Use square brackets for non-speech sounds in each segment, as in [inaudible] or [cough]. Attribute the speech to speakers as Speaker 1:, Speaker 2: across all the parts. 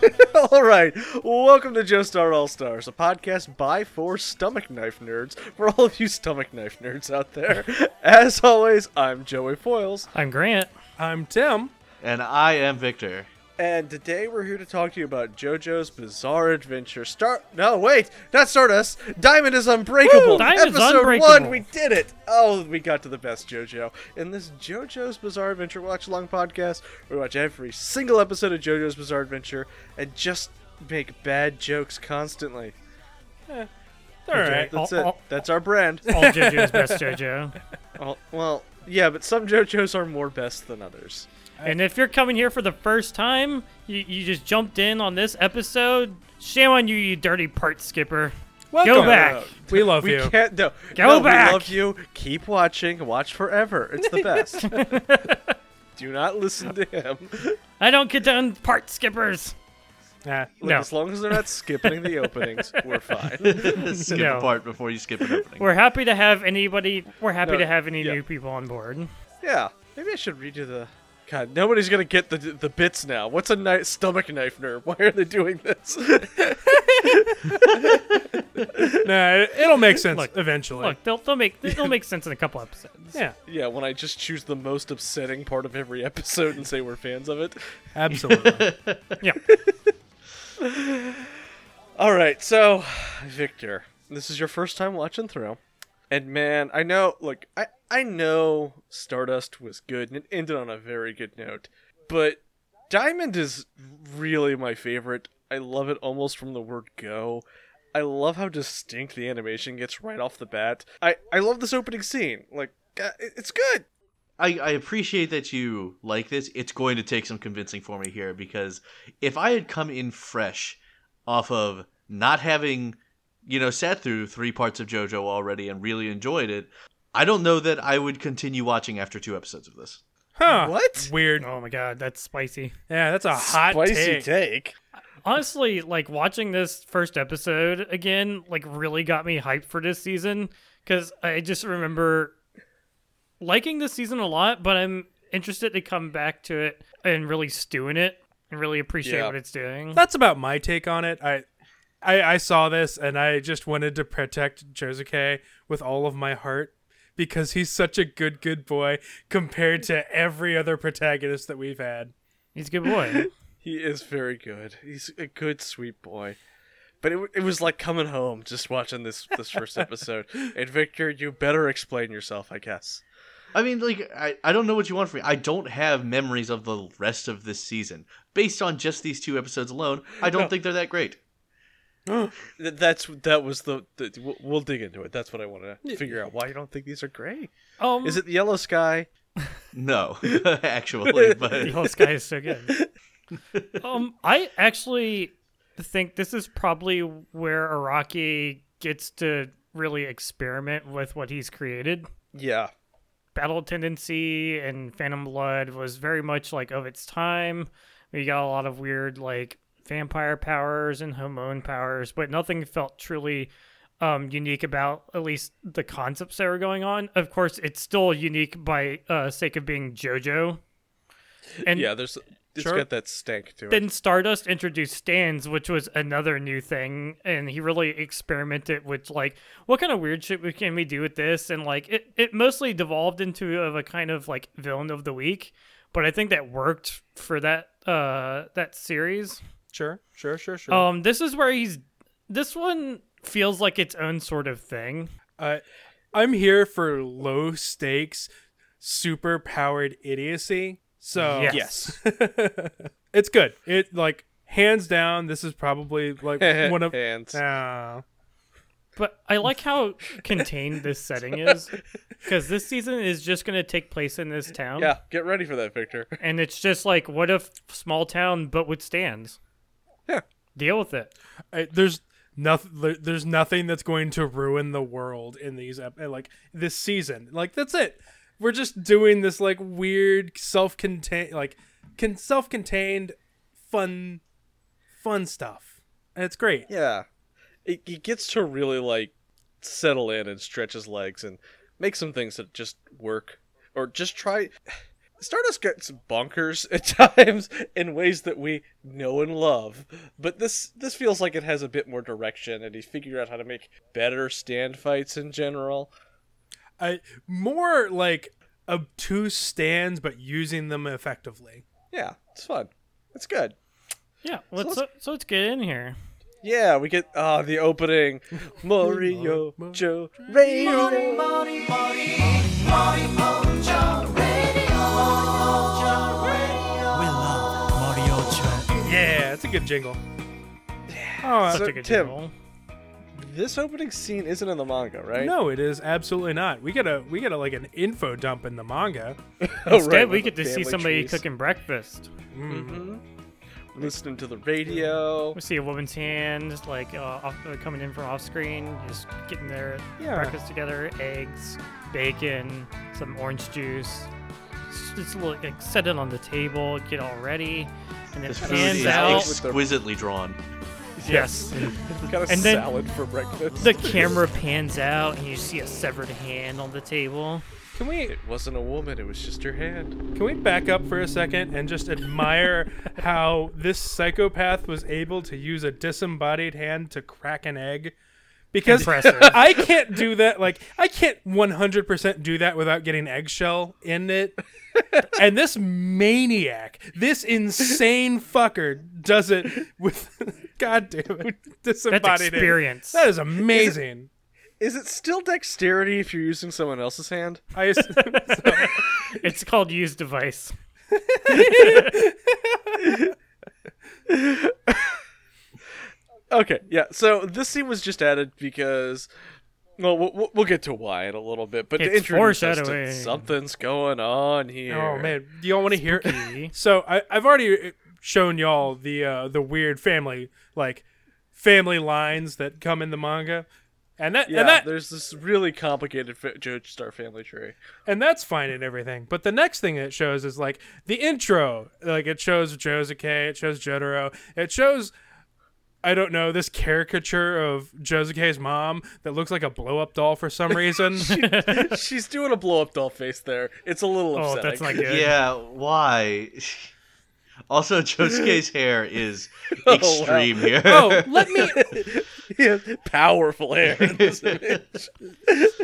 Speaker 1: [laughs] All right, welcome to Joe Star All Stars, a podcast by for stomach knife nerds for all of you stomach knife nerds out there. [laughs] As always, I'm Joey Foils,
Speaker 2: I'm Grant.
Speaker 3: I'm Tim.
Speaker 4: And I am Victor.
Speaker 1: and today we're here to talk to you about JoJo's Bizarre Adventure. Star? No, wait, not Stardust. Diamond is Unbreakable.
Speaker 2: Woo, Diamond's
Speaker 1: Episode one,
Speaker 2: Unbreakable.
Speaker 1: we did it. Oh, we got to the best JoJo in this JoJo's Bizarre Adventure watch along podcast. We watch every single episode of JoJo's Bizarre Adventure and just make bad jokes constantly.
Speaker 2: Eh, All right.
Speaker 1: That's
Speaker 2: all,
Speaker 1: it. That's our brand.
Speaker 2: All, all JoJo's best
Speaker 3: [laughs]
Speaker 2: JoJo.
Speaker 1: Oh, well, yeah, but some JoJo's are more best than others.
Speaker 2: And if you're coming here for the first time, you, you just jumped in on this episode. Shame on you, you dirty part skipper.
Speaker 3: Welcome.
Speaker 2: Go back.
Speaker 3: We love
Speaker 1: We
Speaker 3: you.
Speaker 1: can't. No,
Speaker 2: Go
Speaker 1: no,
Speaker 2: back.
Speaker 1: We love you. Keep watching. Watch forever. It's the best.
Speaker 3: [laughs]
Speaker 1: Do not listen to him.
Speaker 2: I don't condone part skippers.
Speaker 3: Nah,
Speaker 1: Look,
Speaker 3: no.
Speaker 1: As long as they're not skipping the openings, we're fine.
Speaker 4: skip
Speaker 2: No.
Speaker 4: a [laughs] part before you skip an opening.
Speaker 2: We're happy to have anybody. We're happy
Speaker 1: No,
Speaker 2: to have any
Speaker 1: yeah.
Speaker 2: new people on board.
Speaker 1: Yeah, maybe I should redo the. God, nobody's gonna get the the bits now. What's a knife, stomach knife nerve? Why are they doing this? [laughs]
Speaker 3: Nah, it- it'll make sense
Speaker 2: Look,
Speaker 3: eventually. [laughs]
Speaker 2: Look, they'll, they'll make they'll make sense in a couple episodes.
Speaker 3: Yeah,
Speaker 1: yeah, when I just choose the most upsetting part of every episode and say we're fans of it.
Speaker 3: absolutely.
Speaker 2: Yeah.
Speaker 1: All right, so Victor, this is your first time watching through, and man, I know. Look, I I know Stardust was good and it ended on a very good note, but Diamond is really my favorite. I love it almost from the word go. I love how distinct the animation gets right off the bat. I I love this opening scene. Like, uh, it- it's good.
Speaker 4: I, I appreciate that you like this. It's going to take some convincing for me here because if I had come in fresh off of not having, you know, sat through three parts of JoJo already and really enjoyed it, I don't know that I would continue watching after two episodes of this.
Speaker 3: Huh.
Speaker 1: What?
Speaker 3: Weird.
Speaker 2: Oh my god, that's spicy.
Speaker 3: Yeah, [laughs] that's a hot
Speaker 1: Spicy
Speaker 3: take.
Speaker 1: take.
Speaker 2: Honestly, like watching this first episode again, like really got me hyped for this season because I just remember liking this season a lot, but I'm interested to come back to it and really stew in it and really appreciate
Speaker 1: Yeah.
Speaker 2: what it's doing.
Speaker 3: That's about my take on it. I, I, I saw this and I just wanted to protect Josuke with all of my heart because he's such a good, good boy compared to every other protagonist that we've had.
Speaker 2: He's a
Speaker 1: [laughs]
Speaker 2: good boy.
Speaker 1: He is very good. He's a good, sweet boy. But it, w- it was like coming home just watching this this first episode. And Victor, you better explain yourself, I guess.
Speaker 4: I mean, like, I, I don't know what you want from me. I don't have memories of the rest of this season. Based on just these two episodes alone, I don't think they're that great.
Speaker 1: Th- That's that was the, the we'll, we'll dig into it. That's what I want to figure out. Why you don't think these are great?
Speaker 2: Um,
Speaker 1: Is it the yellow sky?
Speaker 4: No, [laughs] actually,
Speaker 2: [laughs]
Speaker 4: but
Speaker 2: The whole sky is
Speaker 1: [laughs]
Speaker 2: so good. um, I actually think this is probably where Araki gets to really experiment with what he's created.
Speaker 1: Yeah,
Speaker 2: Battle Tendency and Phantom Blood was very much like of its time. We got a lot of weird like vampire powers and hormone powers, but nothing felt truly um, unique about at least the concepts that were going on. Of course, it's still unique by uh, sake of being JoJo. And
Speaker 1: yeah. There's it's
Speaker 3: Sure.
Speaker 1: got that stank to it.
Speaker 2: then Stardust introduced stands, which was another new thing, and he really experimented with like what kind of weird shit we can we do with this, and like it, it mostly devolved into of a kind of like villain of the week, but I think that worked for that uh that series.
Speaker 3: Sure, sure, sure, sure.
Speaker 2: Um, this is where he's this one feels like its own sort of thing.
Speaker 3: I I'm here for low stakes, super powered idiocy. So
Speaker 2: Yes.
Speaker 3: [laughs] it's good. It like hands down, this is probably [laughs] like
Speaker 1: [laughs]
Speaker 3: one of.
Speaker 1: hands.
Speaker 3: Ah.
Speaker 2: But I like how contained this setting is, because this season is just going to take place in this town.
Speaker 1: Yeah, get ready for that, Victor. [laughs]
Speaker 2: and it's just like what if small town but with stands
Speaker 1: Yeah.
Speaker 2: deal with it
Speaker 3: I, there's nothing. There's nothing that's going to ruin the world in these ep- eh, like this season. Like that's it. We're just doing this like weird self-contained like can self-contained fun fun stuff. And it's great.
Speaker 1: Yeah, it, he gets to really like settle in and stretch his legs and make some things that just work or just try. Stardust gets bonkers [laughs] at times in ways that we know and love, but this this feels like it has a bit more direction, and he's figured out how to make better stand fights in general.
Speaker 3: I more like obtuse stands, but using them effectively.
Speaker 1: Yeah, it's fun. It's good.
Speaker 2: Yeah, let's, so, so let's get in here.
Speaker 1: Yeah, we get ah the opening, Morio Joe Radio.
Speaker 3: Yeah, it's a good jingle.
Speaker 2: Oh,
Speaker 1: So,
Speaker 2: such a good
Speaker 1: Tim,
Speaker 2: jingle.
Speaker 1: This opening scene isn't in the manga, right?
Speaker 3: No, it is absolutely not. We get a we get a like an info dump in the manga.
Speaker 1: Oh,
Speaker 2: Instead,
Speaker 1: right,
Speaker 2: we
Speaker 1: with
Speaker 2: get
Speaker 1: the
Speaker 2: to see
Speaker 1: family
Speaker 2: somebody
Speaker 1: trees.
Speaker 2: cooking breakfast.
Speaker 1: listening to the radio.
Speaker 2: [laughs] We see a woman's hand, like uh, off, uh, coming in from off screen, just getting their
Speaker 3: Yeah.
Speaker 2: breakfast together, eggs, bacon, some orange juice. Just- Just a little, like, set it on the table, get all ready, and then
Speaker 4: This food
Speaker 2: hands
Speaker 4: is
Speaker 2: out.
Speaker 1: ex-
Speaker 4: exquisitely drawn.
Speaker 2: yes.
Speaker 1: Got a
Speaker 2: And then-
Speaker 1: salad for breakfast.
Speaker 2: the camera pans out, and you see a severed hand on the table.
Speaker 3: Can we
Speaker 1: It wasn't a woman, it was just her hand.
Speaker 3: Can we back up for a second and
Speaker 2: [laughs]
Speaker 3: just admire how this psychopath was able to use a disembodied hand to crack an egg? Because
Speaker 2: Impressive.
Speaker 3: [laughs] I can't do that. Like, I can't 100% do that without getting eggshell in it. And this maniac, this insane fucker, does it with, [laughs] god damn it, disembodied
Speaker 2: That's
Speaker 3: egg.
Speaker 2: experience.
Speaker 3: That is amazing.
Speaker 1: Is it still dexterity if you're using someone else's hand?
Speaker 2: [laughs]
Speaker 3: I ass-
Speaker 2: It's called use device.
Speaker 1: Okay, yeah. So this scene was just added because, well, we'll, we'll- we'll get to why in a little bit, but to
Speaker 2: It's
Speaker 1: introduce us to
Speaker 2: foreshadowing.
Speaker 1: something's going on here.
Speaker 3: Oh man, do y'all want to hear?
Speaker 2: Spooky.
Speaker 3: [laughs] so I, I've already uh, shown y'all the uh, the weird family like family lines that come in the manga, and that
Speaker 1: Yeah,
Speaker 3: and that
Speaker 1: there's this really complicated fa- Joestar family
Speaker 2: [laughs]
Speaker 1: tree.
Speaker 3: and that's fine and everything. But the next thing it shows is like the intro. Like it shows Josuke, it shows Jotaro, it shows I don't know this caricature of Josuke's mom that looks like a blow up doll for
Speaker 1: [laughs]
Speaker 3: some reason.
Speaker 1: She's doing a blow up doll face there. It's a little
Speaker 2: Oh,
Speaker 1: upsetting.
Speaker 2: that's not good.
Speaker 5: [laughs]
Speaker 4: Yeah, why?
Speaker 3: [laughs]
Speaker 4: Also, Josuke's hair is extreme
Speaker 3: [laughs]
Speaker 4: here.
Speaker 5: [laughs]
Speaker 3: oh, let
Speaker 1: [laughs]
Speaker 3: me.
Speaker 1: Yeah, powerful hair. in this image.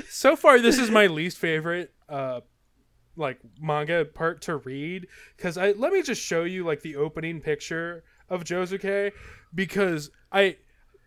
Speaker 3: so far this is my least favorite uh like manga part to read because i let me just show you like the opening picture of josuke because i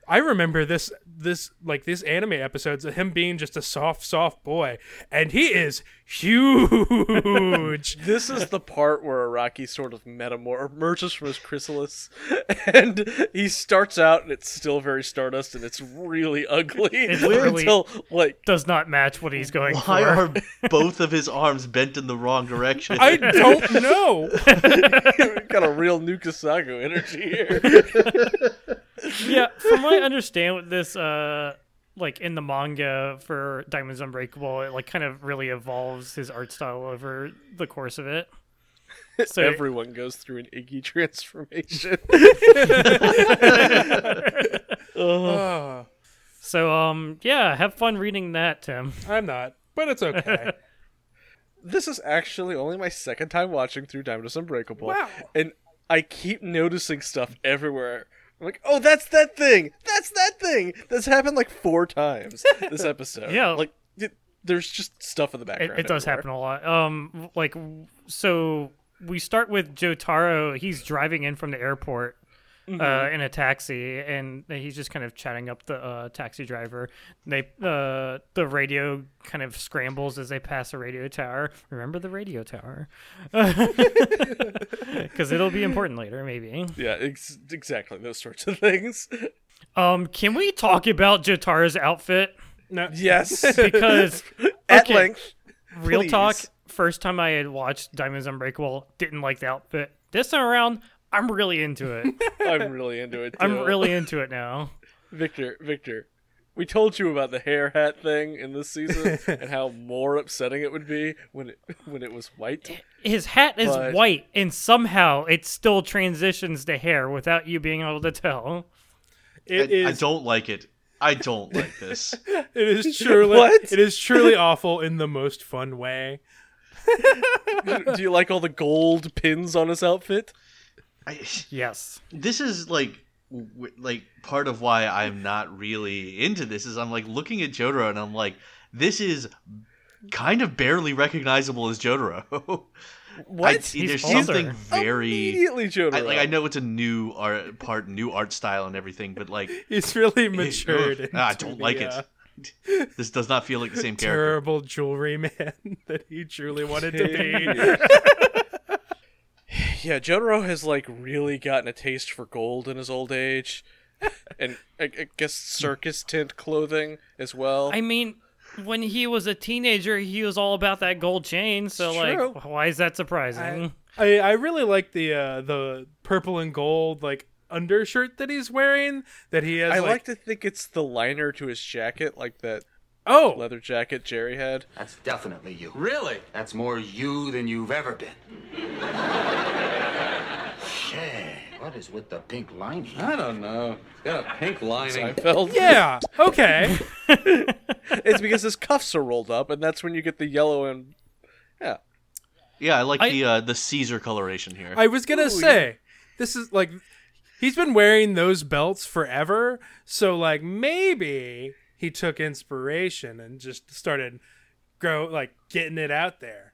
Speaker 3: i remember this this like these anime episodes of him being just a soft soft boy and he is
Speaker 1: [laughs]
Speaker 3: huge
Speaker 1: this is the part where Araki sort of metamor emerges from his chrysalis, [laughs] and he starts out, and it's still very Stardust, and it's really ugly [laughs]
Speaker 2: really-
Speaker 1: until like
Speaker 2: Does not match what he's going
Speaker 4: Why
Speaker 2: for.
Speaker 4: are both of his arms bent in the wrong
Speaker 3: [laughs]
Speaker 4: direction?
Speaker 3: i don't know
Speaker 1: got a real Nukasago energy here.
Speaker 2: yeah, from what I understand with this, uh, like in the manga for Diamonds Unbreakable, it like kind of really evolves his art style over the course of it. So
Speaker 1: Everyone goes through an Iggy transformation.
Speaker 3: Ugh,
Speaker 2: so um yeah, have fun reading that, Tim.
Speaker 3: i'm not but it's okay
Speaker 1: this is actually only my second time watching through Diamond is Unbreakable.
Speaker 3: Wow.
Speaker 1: And I keep noticing stuff everywhere. I'm like, oh, that's that thing. That's that thing. That's happened like four times this episode.
Speaker 2: Yeah.
Speaker 1: Like, it, there's just stuff in the
Speaker 2: It,
Speaker 1: background.
Speaker 2: it does happen
Speaker 1: everywhere.
Speaker 2: a lot. Um like w- so we start with Jotaro, he's driving in from the airport.
Speaker 1: Mm-hmm.
Speaker 2: Uh, in a taxi, and he's just kind of chatting up the uh, taxi driver. They uh, the radio kind of scrambles as they pass a radio tower. Remember the radio tower. [laughs] because it'll be important later, maybe.
Speaker 1: Yeah, ex- exactly. Those sorts of things.
Speaker 2: Um, can we talk about Jotaro's outfit?
Speaker 3: no [laughs]
Speaker 1: Yes.
Speaker 2: Because
Speaker 1: [laughs] At
Speaker 2: okay,
Speaker 1: length.
Speaker 2: real talk.
Speaker 1: please.
Speaker 2: First time I had watched Diamonds Unbreakable, didn't like the outfit. This time around, I'm really into
Speaker 1: [laughs]
Speaker 2: it.
Speaker 1: I'm really into it.
Speaker 2: [laughs] I'm
Speaker 1: too.
Speaker 2: really into it now.
Speaker 1: Victor, Victor, we told you about the hair hat thing in this
Speaker 2: [laughs]
Speaker 1: season and how more upsetting it would be when it when it was white.
Speaker 2: His hat is
Speaker 1: But-
Speaker 2: white, and somehow it still transitions to hair without you being able to tell.
Speaker 3: it
Speaker 4: I, I
Speaker 3: is
Speaker 4: don't like it. I
Speaker 3: [laughs]
Speaker 4: don't like this.
Speaker 3: it is
Speaker 1: [laughs]
Speaker 3: truly
Speaker 1: What?
Speaker 3: it is truly awful in the most fun way
Speaker 1: [laughs] Do you like all the gold pins on his outfit?
Speaker 5: I,
Speaker 2: Yes.
Speaker 5: this is like w- like part of why I'm not really into this is I'm like looking at Jotaro and I'm like this is kind of barely recognizable as Jotaro. [laughs]
Speaker 1: What?
Speaker 5: I, there's
Speaker 2: older.
Speaker 5: something very
Speaker 1: Immediately Jotaro.
Speaker 5: I, like I know it's a new art part, new art style and everything, but like
Speaker 3: He's really matured.
Speaker 5: [laughs] ugh, ah, I
Speaker 3: into
Speaker 5: don't
Speaker 3: the,
Speaker 5: like
Speaker 3: uh,
Speaker 5: it. This does not feel like the same character.
Speaker 3: terrible jewelry [laughs] man that he truly wanted to be.
Speaker 1: Yeah, Jotaro has like really gotten a taste for gold in his old age, [laughs] and I, I guess circus tent clothing as well.
Speaker 2: I mean, when he was a teenager, he was all about that gold chain. So,
Speaker 1: It's
Speaker 2: like,
Speaker 1: true.
Speaker 2: why is that surprising?
Speaker 3: I, I really like the uh, the purple and gold like undershirt that he's wearing that he has
Speaker 1: I
Speaker 3: like,
Speaker 1: like to think it's the liner to his jacket, like that
Speaker 3: oh
Speaker 1: leather jacket Jerry had.
Speaker 6: That's definitely you.
Speaker 7: Really?
Speaker 6: That's more you than you've ever been. [laughs] Shit, what is with the pink lining?
Speaker 7: I don't know. It's got a pink lining.
Speaker 1: Seinfeld.
Speaker 3: yeah okay
Speaker 1: [laughs] it's because his cuffs are rolled up, and that's when you get the yellow and yeah.
Speaker 5: Yeah, I like
Speaker 2: I-
Speaker 5: the uh, the Caesar coloration here.
Speaker 3: I was gonna say this is like he's been wearing those belts forever so like maybe he took inspiration and just started grow like getting it out there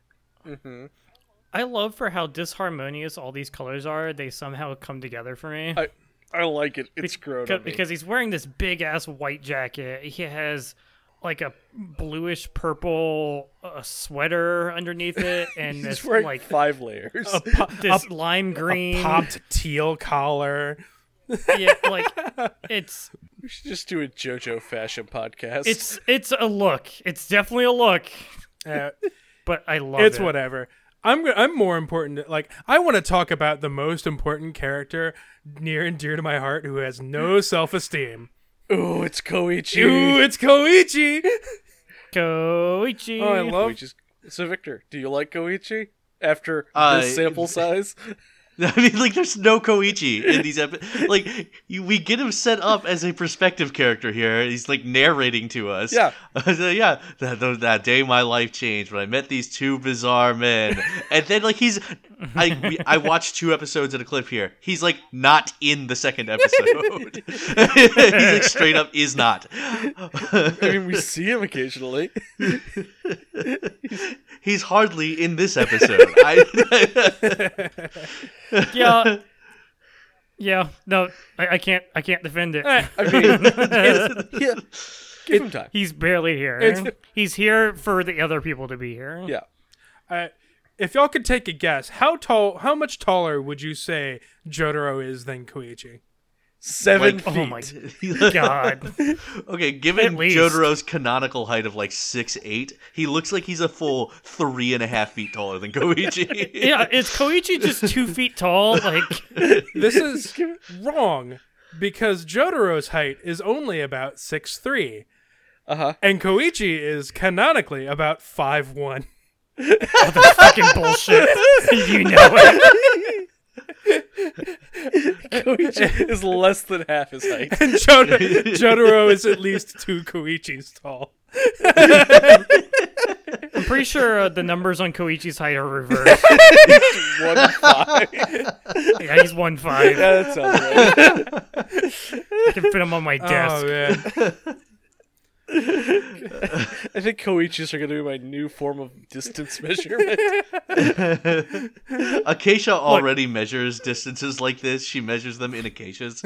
Speaker 2: I love for how disharmonious all these colors are. They somehow come together for me.
Speaker 1: I I like it. It's grown
Speaker 2: Because,
Speaker 1: on me.
Speaker 2: because he's wearing this big ass white jacket. He has like a bluish purple uh, sweater
Speaker 3: [laughs]
Speaker 2: underneath it, and
Speaker 1: He's
Speaker 2: this
Speaker 1: wearing
Speaker 2: like Oh.
Speaker 1: like five layers.
Speaker 2: this lime green.
Speaker 3: popped teal collar
Speaker 2: [laughs] Yeah,
Speaker 3: [laughs]
Speaker 2: like it's
Speaker 1: we should [laughs] just do a JoJo fashion podcast.
Speaker 2: it's it's a look. It's definitely a look.
Speaker 3: Uh,
Speaker 2: But I love
Speaker 3: it's
Speaker 2: it.
Speaker 3: whatever. I'm go- I'm more important. Like I want to talk about the most important character near and dear to my heart who has no self esteem.
Speaker 1: ooh, it's Koichi.
Speaker 3: Ooh, it's Koichi. [laughs]
Speaker 2: Koichi.
Speaker 3: Oh, I
Speaker 1: We
Speaker 3: love.
Speaker 1: just- so Victor, do you like Koichi after
Speaker 5: Uh,
Speaker 1: this sample size?
Speaker 5: [laughs] I mean, like, there's no Koichi in these episodes. Like, you, we get him set up as a perspective character here. He's like narrating to us. [laughs]
Speaker 1: Yeah.
Speaker 5: So, yeah. That, that- that day my life changed when I met these two bizarre men. and then, like, he's. I, we, I watched two episodes at a clip here. He's, like, not in the second episode. [laughs] he's, like, straight up is not.
Speaker 1: I mean, we see him occasionally.
Speaker 5: he's hardly in this episode. I, [laughs]
Speaker 2: Yeah.
Speaker 3: [laughs]
Speaker 2: Yeah, no, I, I can't. I can't defend it.
Speaker 1: [laughs]
Speaker 3: Eh.
Speaker 1: I mean, it's- [laughs] yeah, give him time.
Speaker 2: He's barely here.
Speaker 3: It's-
Speaker 2: He's here for the other people to be here.
Speaker 1: Yeah,
Speaker 3: Uh, if y'all could take a guess, how tall, how much taller would you say Jotaro is than Koichi?
Speaker 1: seven
Speaker 5: Like-
Speaker 1: feet.
Speaker 2: Oh my
Speaker 3: [laughs]
Speaker 2: god.
Speaker 5: Okay, given
Speaker 2: At least.
Speaker 5: Jotaro's canonical height of like six eight, he looks like he's a full three and a half feet taller than Koichi.
Speaker 2: [laughs] yeah, is Koichi just two feet tall? Like,
Speaker 3: This is wrong because Jotaro's height is only about six three,
Speaker 1: Uh huh.
Speaker 3: and Koichi is canonically about five one. [laughs]
Speaker 2: fucking bullshit. [laughs] you know it.
Speaker 1: [laughs] Koichi is less than half his height. [laughs]
Speaker 3: Jotaro, Jotaro is at least two Koichis tall.
Speaker 2: I'm pretty sure uh, the numbers on Koichi's height are reversed.
Speaker 1: One five.
Speaker 2: yeah, he's one five.
Speaker 1: Yeah, that sounds right.
Speaker 2: I can fit him on my desk.
Speaker 3: Oh man.
Speaker 1: I think Koichis are going to be my new form of [laughs] distance measurement.
Speaker 5: Acacia already measures distances like this. She measures them in acacias.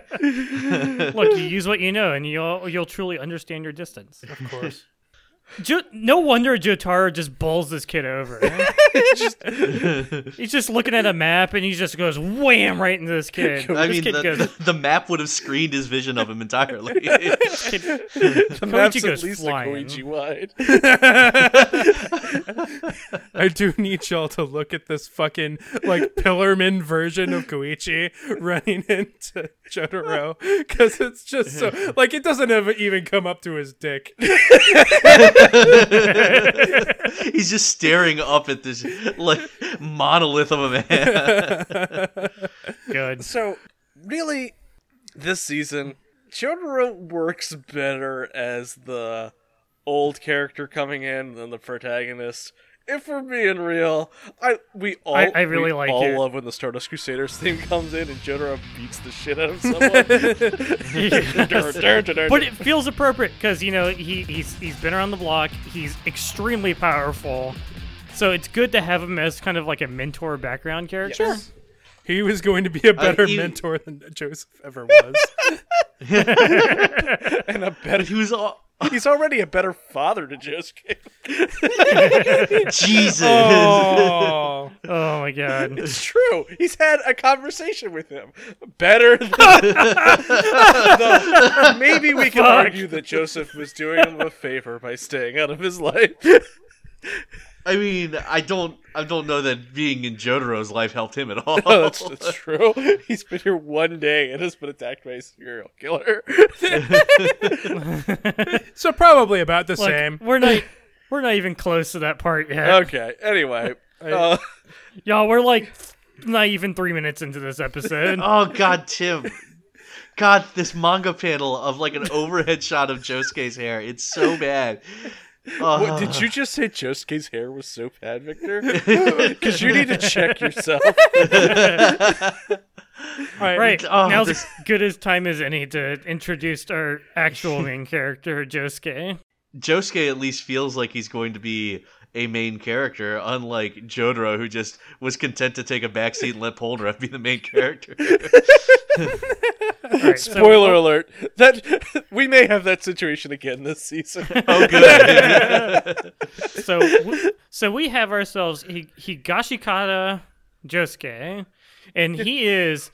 Speaker 2: [laughs] Look, you use what you know, and you'll you'll truly understand your distance. Of course. Jo- no wonder Jotaro just bowls this
Speaker 1: [laughs]
Speaker 2: kid over. [laughs] he's just looking at a map, and he just goes wham right into this kid.
Speaker 5: I
Speaker 2: this
Speaker 5: mean,
Speaker 2: kid
Speaker 5: the,
Speaker 2: goes.
Speaker 5: [laughs] the, map would have screened his vision of him entirely. [laughs]
Speaker 2: kid-
Speaker 1: [laughs] The map's at
Speaker 2: goes
Speaker 1: least
Speaker 2: flying.
Speaker 1: a Koichi wide.
Speaker 3: [laughs] I do need y'all to look at this fucking like Pillarman version of Koichi running [laughs] into Jotaro because it's just so like it doesn't ever even come up to his dick.
Speaker 5: he's just staring up at this like monolith of a
Speaker 2: [laughs]
Speaker 5: man. [laughs]
Speaker 2: good.
Speaker 1: So, really, this season, Jotaro works better as the old character coming in and then the protagonist. If we're being real, I we all
Speaker 2: I- I really
Speaker 1: we
Speaker 2: like
Speaker 1: all
Speaker 2: it.
Speaker 1: love when the Stardust Crusaders [laughs] theme comes in and Jotaro beats the shit out of [laughs]
Speaker 2: [laughs]
Speaker 1: someone.
Speaker 2: but it feels appropriate because you know he, he's he's been around the block. He's extremely powerful, so it's good to have him as kind of like a mentor background character.
Speaker 3: He was going to be a better
Speaker 4: you-
Speaker 3: mentor than Joseph ever was.
Speaker 1: and a better,
Speaker 4: He was all
Speaker 5: oh,
Speaker 2: [laughs]
Speaker 1: he's already a better father to Josuke.
Speaker 4: Jesus.
Speaker 3: oh,
Speaker 2: Oh my
Speaker 1: [laughs]
Speaker 2: god!
Speaker 1: It's true. He's had a conversation with him. Better than. Though, maybe we can argue that Joseph was doing him a favor by staying out of his life. [laughs]
Speaker 4: I mean, I don't, I don't know that being in Jotaro's life helped him at all.
Speaker 1: Oh, that's, that's true. He's been here one day and has been attacked by a serial killer.
Speaker 3: so probably about the
Speaker 2: Look,
Speaker 3: same.
Speaker 2: We're not we're not even close to that part yet,
Speaker 1: okay. Anyway, uh,
Speaker 2: y'all. We're like not even three minutes into this
Speaker 5: [laughs]
Speaker 2: episode.
Speaker 4: Oh God, Tim. God, this manga panel of like an overhead shot of Josuke's hair. It's so bad. Uh,
Speaker 1: what, did you just say Josuke's hair was so bad, Victor? Because you need to check yourself.
Speaker 2: Right.
Speaker 4: Oh,
Speaker 2: Now's
Speaker 4: this-
Speaker 2: as good as time as any to introduce our actual main character, Josuke.
Speaker 4: Josuke at least feels like he's going to be a main character, unlike Jotaro, who just was content to take a backseat and let Polnareff be the main character.
Speaker 2: All right, so-
Speaker 1: Spoiler alert: that [laughs] we may have that situation again this season.
Speaker 4: Oh, good.
Speaker 2: so w- so we have ourselves Hi- Higashikata Josuke, and he is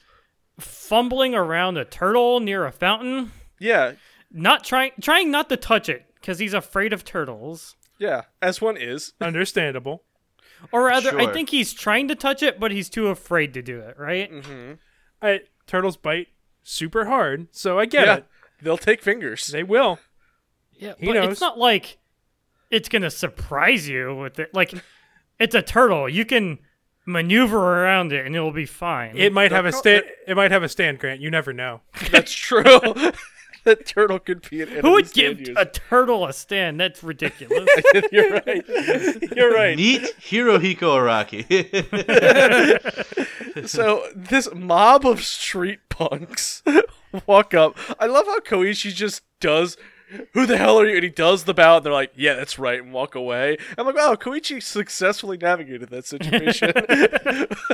Speaker 2: fumbling around a turtle near a fountain,
Speaker 1: yeah,
Speaker 2: not trying trying not to touch it because he's afraid of turtles.
Speaker 1: yeah. As one is.
Speaker 3: Understandable.
Speaker 2: Or rather, I
Speaker 4: Sure.
Speaker 2: think he's trying to touch it, but he's too afraid to do it. Right?
Speaker 3: I, turtles bite super hard, so I get
Speaker 1: Yeah,
Speaker 3: it.
Speaker 1: they'll take fingers.
Speaker 2: [laughs]
Speaker 3: They will.
Speaker 2: Yeah,
Speaker 3: He
Speaker 2: but
Speaker 3: knows.
Speaker 2: it's not like it's gonna surprise you with it. Like it's a turtle; you can maneuver around it, and it'll be fine.
Speaker 3: It might have a
Speaker 1: co-
Speaker 3: stand. It might have a stand, Grant. You never know.
Speaker 1: That's true. [laughs] that turtle could be an enemy.
Speaker 2: Who would
Speaker 1: stand
Speaker 2: give
Speaker 1: user.
Speaker 2: a turtle a stand? That's ridiculous.
Speaker 1: You're right. You're [laughs] right.
Speaker 4: Neat Hirohiko Araki. [laughs]
Speaker 1: So this mob of street punks [laughs] walk up. I love how Koichi just does. Who the hell are you? And he does the bow, and they're like, "Yeah, that's right," and walk away. I'm like, "Wow, Koichi successfully navigated that
Speaker 2: [laughs]
Speaker 1: situation." [laughs]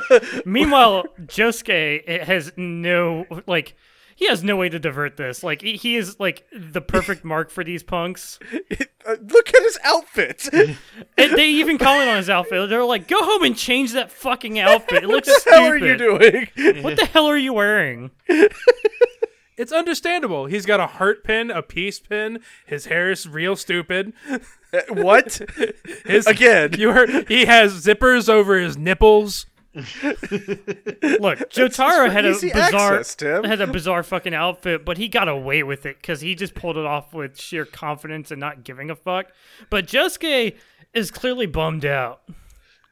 Speaker 2: Meanwhile, Josuke it has no like. He has no way to divert this. Like he- he is like
Speaker 1: [laughs]
Speaker 2: the perfect mark for these punks.
Speaker 1: Uh, Look at his
Speaker 2: [laughs]
Speaker 1: outfit.
Speaker 2: And they even comment on his outfit. They're like, "Go home and change that fucking outfit. It looks
Speaker 1: What the
Speaker 2: stupid.
Speaker 1: hell are you
Speaker 2: [laughs]
Speaker 1: doing?
Speaker 2: What the hell are you wearing?"
Speaker 3: It's understandable. He's got a heart pin, a peace pin. His hair is real stupid.
Speaker 1: Uh, what?
Speaker 3: His
Speaker 1: Again.
Speaker 3: you heard he has zippers over his nipples.
Speaker 2: Look, Jotaro had a
Speaker 1: easy
Speaker 2: bizarre
Speaker 1: access, Tim.
Speaker 2: had a bizarre fucking outfit, but he got away with it because he just pulled it off with sheer confidence and not giving a fuck. But Josuke is clearly bummed out,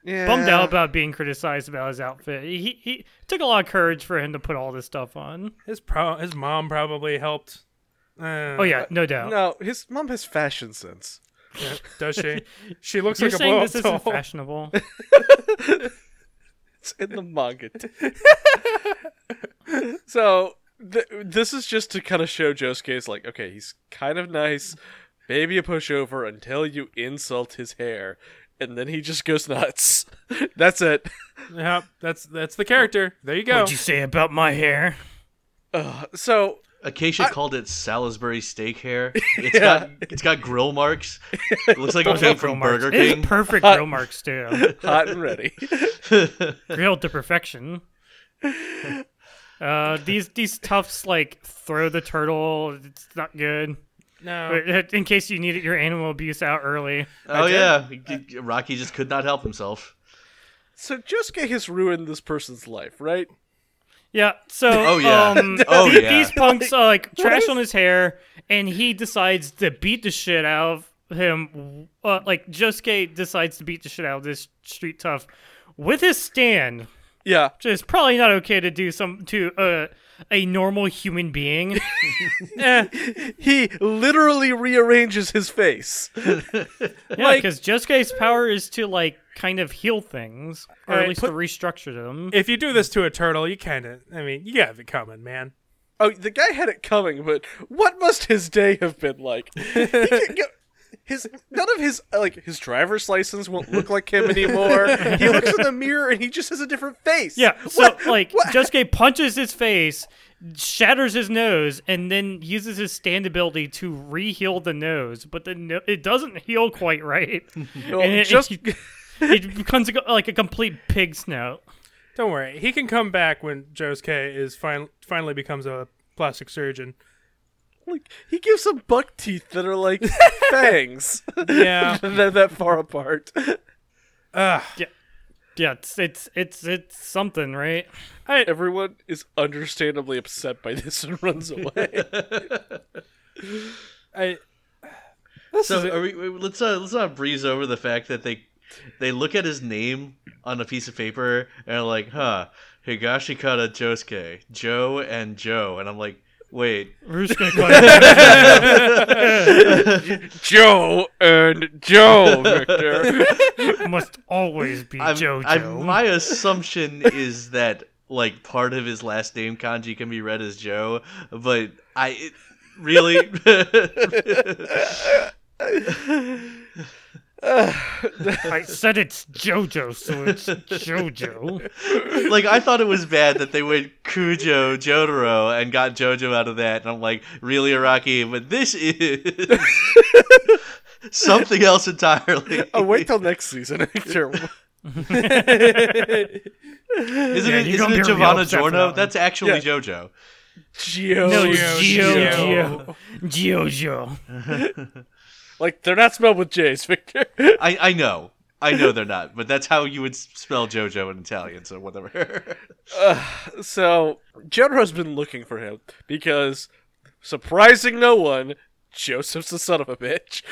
Speaker 1: Yeah.
Speaker 2: bummed out about being criticized about his outfit. He he took a lot of courage for him to put all this stuff on.
Speaker 3: His pro- his mom probably helped. Uh,
Speaker 2: Oh yeah, no doubt.
Speaker 1: No, his mom has fashion sense.
Speaker 3: does she?
Speaker 2: [laughs]
Speaker 3: She looks
Speaker 2: You're
Speaker 3: like a
Speaker 2: saying
Speaker 3: blow
Speaker 2: this isn't
Speaker 3: doll. [laughs]
Speaker 2: fashionable.
Speaker 1: It's in the manga. [laughs] so th- this is just to kind of show Josuke's like, okay, he's kind of nice, maybe a pushover until you insult his hair, and then he just goes nuts. [laughs] That's it.
Speaker 3: Yep, that's that's the character. There you go.
Speaker 2: What'd you say about my hair?
Speaker 1: Uh, so
Speaker 4: Acacia called it Salisbury steak
Speaker 1: [laughs]
Speaker 4: hair. It's got it's got grill marks. It looks like it came from Burger King.
Speaker 2: It's
Speaker 1: [laughs]
Speaker 2: perfect
Speaker 3: Uh,
Speaker 2: grill marks
Speaker 3: [laughs]
Speaker 2: too,
Speaker 1: hot and [laughs] ready.
Speaker 2: grilled to perfection. Uh, these these toughs like throw the turtle. It's not good.
Speaker 3: no,
Speaker 2: But, uh, [laughs] in case you needed your animal abuse out early.
Speaker 4: oh yeah, Rocky just could not help himself.
Speaker 1: So Josuke has ruined this person's life, right?
Speaker 2: Yeah. So
Speaker 4: [laughs] Oh, yeah.
Speaker 2: um,
Speaker 4: Oh,
Speaker 2: the-
Speaker 4: yeah.
Speaker 2: these punks are like trash on his hair, and he decides to beat the shit out of him. Uh, like Josuke decides to beat the shit out of this street tough with his stand.
Speaker 1: Yeah.
Speaker 2: which is probably not okay to do some to uh, a normal human being. Eh,
Speaker 1: He literally rearranges his face.
Speaker 2: yeah, because Josuke's power is to like kind of heal things, or
Speaker 3: Alright,
Speaker 2: at least
Speaker 3: put-
Speaker 2: to restructure them.
Speaker 3: If you do this to a turtle, you kind of, I mean, you have it coming, man.
Speaker 1: Oh, the guy had it coming, but what must his day have been like? He could go- his none of his uh, like his driver's license won't look like him anymore. He looks in the mirror and he just has a different face. [laughs]
Speaker 2: yeah, so
Speaker 1: What-
Speaker 2: like
Speaker 1: what-
Speaker 2: Josuke punches his face, shatters his nose, and then uses his stand ability to re-heal the nose, but the no- it doesn't heal quite right, and it,
Speaker 1: Jos-
Speaker 2: it, [laughs] it becomes a, like a complete pig snout.
Speaker 3: Don't worry, he can come back when Josuke is fin- finally becomes a plastic surgeon.
Speaker 1: like he gives him buck teeth that are like fangs.
Speaker 3: Yeah.
Speaker 1: They're that far apart.
Speaker 3: Ugh.
Speaker 2: [laughs] Yeah, it's it's it's, it's something, right?
Speaker 1: Everyone is understandably upset by this and runs away.
Speaker 3: I.
Speaker 1: [laughs]
Speaker 3: This is
Speaker 5: So
Speaker 3: it.
Speaker 5: are we, we- let's uh, let's not breeze over the fact that they they look at his name on a piece of paper and are like, huh, Higashikata Josuke, Joe and Joe, and I'm like, wait,
Speaker 2: We're just gonna call it-
Speaker 1: Joe and Joe, Victor.
Speaker 2: must always be
Speaker 5: I'm,
Speaker 2: JoJo.
Speaker 5: I'm- my assumption is that like part of his last name kanji can be read as Joe, but I it, really
Speaker 2: [laughs] I said it's JoJo, so it's JoJo.
Speaker 5: like I thought it was bad that they went Kujo Jotaro and got JoJo out of that, and I'm like, really Iraqi, but this is something else entirely.
Speaker 1: Oh,
Speaker 5: [laughs]
Speaker 1: wait till next season, [laughs] Victor.
Speaker 5: Isn't
Speaker 2: Yeah,
Speaker 5: it,
Speaker 2: you're
Speaker 5: isn't
Speaker 2: gonna
Speaker 5: it
Speaker 2: be real
Speaker 5: Giovanna
Speaker 2: upset for that
Speaker 5: Giorno?
Speaker 2: one.
Speaker 5: That's actually
Speaker 1: Yeah.
Speaker 5: JoJo.
Speaker 1: Geo.
Speaker 2: No, it's
Speaker 3: Gio.
Speaker 2: JoJo. JoJo.
Speaker 1: Like they're not spelled with J's, [laughs] Victor.
Speaker 5: I, I know. I know they're not, but that's how you would s- spell JoJo in Italian, so whatever.
Speaker 1: so Jotaro's been looking for him because, surprising no one, Joseph's the son of a bitch.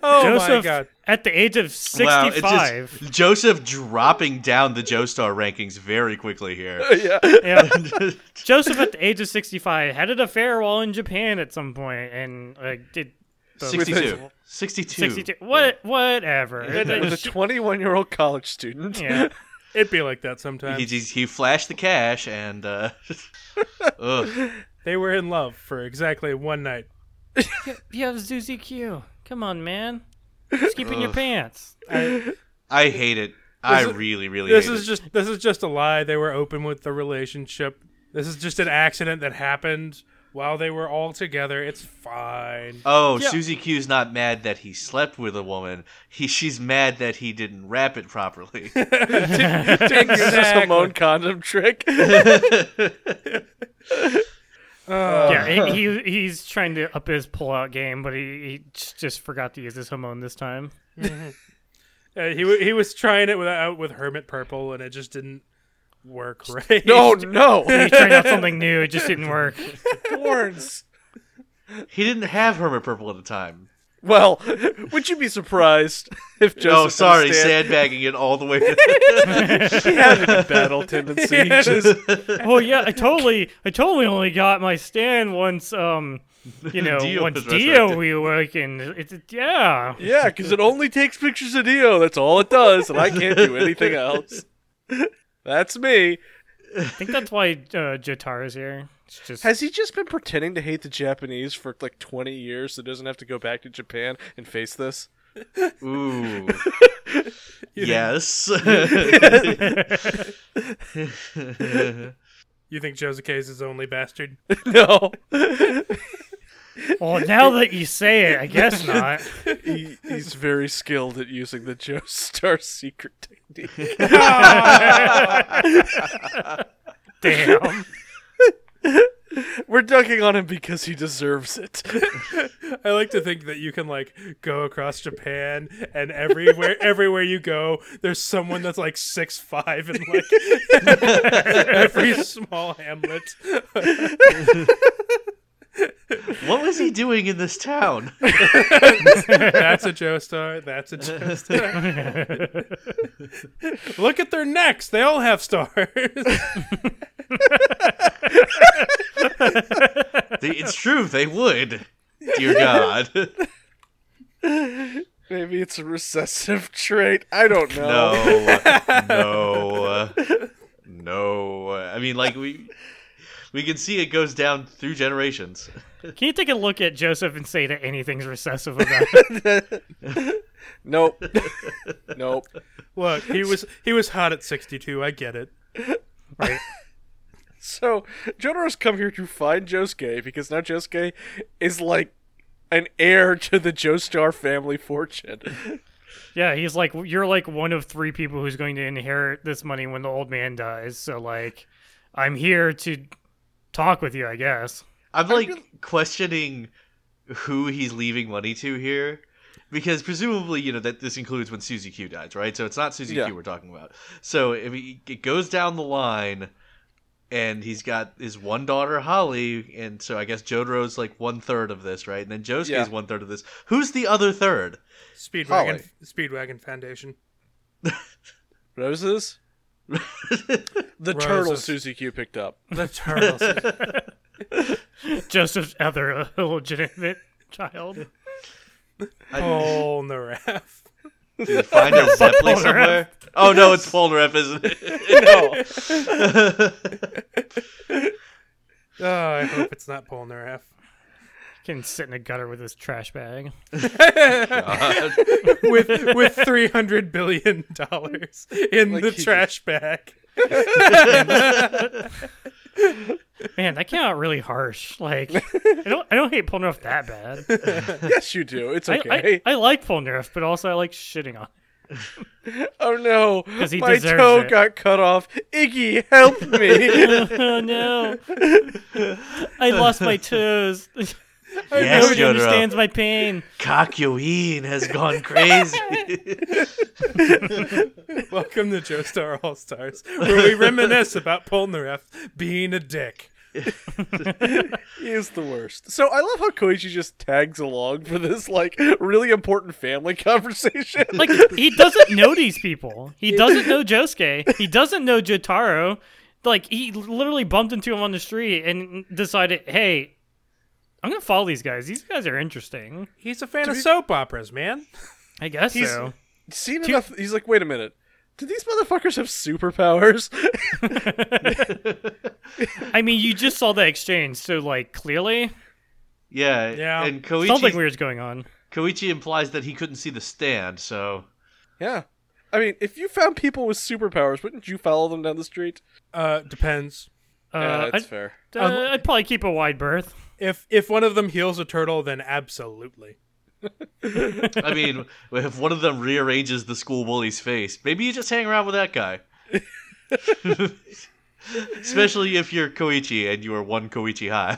Speaker 3: [laughs] oh my
Speaker 2: Joseph,
Speaker 3: god.
Speaker 2: at the age of
Speaker 5: Wow, it's
Speaker 2: 65,
Speaker 5: just [laughs] Joseph dropping down the Joestar rankings very quickly here.
Speaker 1: [laughs] yeah.
Speaker 5: [laughs]
Speaker 2: yeah, Joseph at the age of 65 had an affair while in Japan at some point and like did the-
Speaker 5: 62. 62.
Speaker 2: 62. What? Whatever.
Speaker 1: With a 21 year old college student.
Speaker 2: [laughs] yeah.
Speaker 3: It'd be like that
Speaker 5: He,
Speaker 3: sometimes.
Speaker 5: he, he flashed the cash and uh, ugh.
Speaker 3: They were in love for exactly one night.
Speaker 2: You have Zuzi Q. Come on, man. Just keep it in your
Speaker 5: [laughs]
Speaker 2: pants.
Speaker 5: I hate it. I
Speaker 3: This is-
Speaker 5: really, really
Speaker 3: This
Speaker 5: hate
Speaker 3: is
Speaker 5: it.
Speaker 3: just this is just a lie. They were open with the relationship. This is just an accident that happened while they were all together. It's fine.
Speaker 5: Oh, Susie Q's not mad that he slept with a woman. He, she's mad that he didn't wrap
Speaker 3: [laughs]
Speaker 5: it
Speaker 1: [laughs]
Speaker 5: properly.
Speaker 1: Use this Hamon condom trick.
Speaker 5: Uh.
Speaker 2: yeah, and he he's trying to up his pullout game, but he, he j- just forgot to use his hormone this time.
Speaker 3: Uh, he wa- he was trying it with, out with Hermit Purple, and it just didn't work [laughs] right.
Speaker 1: no, no. [laughs]
Speaker 2: He tried out something new; it just didn't work.
Speaker 1: Horns.
Speaker 5: he didn't have Hermit Purple at the time.
Speaker 1: Well, [laughs] would you be surprised if Joseph?
Speaker 5: oh, sorry,
Speaker 1: understand-
Speaker 5: sandbagging it all the way.
Speaker 3: [laughs]
Speaker 5: To-
Speaker 1: [laughs] He had a battle [laughs] tendency. He just
Speaker 2: Oh yeah, I totally, I totally only got my stand once. Um, you know,
Speaker 5: Dio
Speaker 2: once
Speaker 5: was
Speaker 2: Dio
Speaker 5: resurrected.
Speaker 2: reawakened. It's it, yeah,
Speaker 1: Yeah, because it only takes pictures of Dio. That's all it does, and I can't do anything else. That's me.
Speaker 2: I think that's why uh, Jotaro is here. It's just
Speaker 1: Has he just been pretending to hate the Japanese for like 20 years so doesn't have to go back to Japan and face this?
Speaker 5: Ooh.
Speaker 3: [laughs]
Speaker 5: yes. [laughs]
Speaker 3: you think Josuke is his only bastard?
Speaker 1: [laughs]
Speaker 3: [laughs]
Speaker 1: No.
Speaker 2: well, oh, now that you say it, I guess not.
Speaker 1: He, he's very skilled at using the Joe Star secret technique.
Speaker 2: Damn.
Speaker 1: We're dunking on him because he deserves it.
Speaker 3: I like to think that you can like go across Japan, and everywhere [laughs] everywhere you go, there's someone that's like six five in like [laughs] every small hamlet.
Speaker 5: What was he doing in this town?
Speaker 3: That's a Joestar. That's a Joestar. Look at their necks. They all have stars. [laughs]
Speaker 5: They- it's true, they would. Dear God.
Speaker 1: Maybe it's a recessive trait. I don't know.
Speaker 5: No. No. No. I mean, like, we. We can see it goes down through generations.
Speaker 2: Can you take a look at Joseph and say that anything's recessive about it?
Speaker 1: Nope. [laughs] nope.
Speaker 3: Look, he was he was hot at 62. I get it.
Speaker 1: So Jotaro's come here to find Josuke because now Josuke is like an heir to the Joestar family
Speaker 2: [laughs]
Speaker 1: fortune.
Speaker 2: Yeah, he's like, you're like one of three people who's going to inherit this money when the old man dies. So, like, I'm here to talk with you, I guess.
Speaker 5: I'm like questioning who he's leaving money to here. Because presumably, you know, that this includes when Susie Q dies, right? So it's not Susie
Speaker 1: Yeah.
Speaker 5: Q we're talking about. So if he, it goes down the line and he's got his one daughter, Holly, and so I guess Jotaro's like one third of this, right? And then Josuke's
Speaker 1: Yeah.
Speaker 5: one third of this. Who's the other third?
Speaker 3: Speedwagon Speedwagon Foundation.
Speaker 1: Roses? the turtle
Speaker 3: Roses.
Speaker 1: Susie Q picked
Speaker 2: [laughs]
Speaker 1: up.
Speaker 3: The turtles. [laughs]
Speaker 2: Joseph's other [laughs] illegitimate child.
Speaker 3: oh, Naref.
Speaker 5: Did you find a Zeppeli somewhere? Oh no, it's Polnareff, isn't it?
Speaker 3: Oh, I hope it's not Paul Naref.
Speaker 2: Can sit in a gutter with his trash bag.
Speaker 3: With with 300 billion dollars in
Speaker 1: Like
Speaker 3: the
Speaker 1: he did.
Speaker 3: trash bag.
Speaker 2: Man, that came out really
Speaker 1: [laughs]
Speaker 2: harsh. Like, I don't, I don't hate Polnareff that bad.
Speaker 1: Yes, you do. It's
Speaker 2: I,
Speaker 1: okay.
Speaker 2: I, I like Polnareff, but also I like shitting on. him.
Speaker 1: oh no.
Speaker 2: 'Cause he
Speaker 1: My
Speaker 2: deserves
Speaker 1: toe
Speaker 2: it.
Speaker 1: got cut off. Iggy, help
Speaker 2: [laughs]
Speaker 1: me. [laughs]
Speaker 2: Oh no! I lost my toes. [laughs]
Speaker 5: yes,
Speaker 2: Nobody
Speaker 5: Jotaro.
Speaker 2: understands my pain.
Speaker 5: Kakyoin has gone crazy.
Speaker 3: Welcome to Joe Star All Stars, where we reminisce about Paul Naref being a dick.
Speaker 1: He is the worst. So I love how Koichi just tags along for this like really important family [laughs]
Speaker 2: [laughs]
Speaker 1: conversation.
Speaker 2: Like he doesn't know these people.
Speaker 1: [laughs]
Speaker 2: He doesn't know Josuke. He doesn't know Jotaro. Like he literally bumped into him on the street and decided, "Hey, I'm gonna follow these guys. These guys are interesting."
Speaker 3: He's a fan of soap operas, man.
Speaker 2: I guess
Speaker 1: He's-
Speaker 2: so.
Speaker 1: Seen enough. He's like, wait a minute. Do these motherfuckers have superpowers?
Speaker 2: I mean, you just saw the exchange, so like clearly
Speaker 5: yeah,
Speaker 3: Yeah.
Speaker 5: And Koichi
Speaker 2: something weird's going on.
Speaker 5: Koichi implies that he couldn't see the stand, so
Speaker 1: yeah. I mean, if you found people with superpowers, wouldn't you follow them down the street?
Speaker 3: Uh, depends.
Speaker 1: yeah,
Speaker 2: Uh,
Speaker 1: that's
Speaker 2: I'd,
Speaker 1: fair. Um,
Speaker 2: uh, I'd probably keep a
Speaker 1: [laughs]
Speaker 2: wide berth.
Speaker 3: If if one of them heals a turtle, then absolutely.
Speaker 5: I mean, [laughs] if one of them rearranges the school bully's face, maybe you just hang around with that guy. [laughs] Especially if you're Koichi and you are one Koichi high.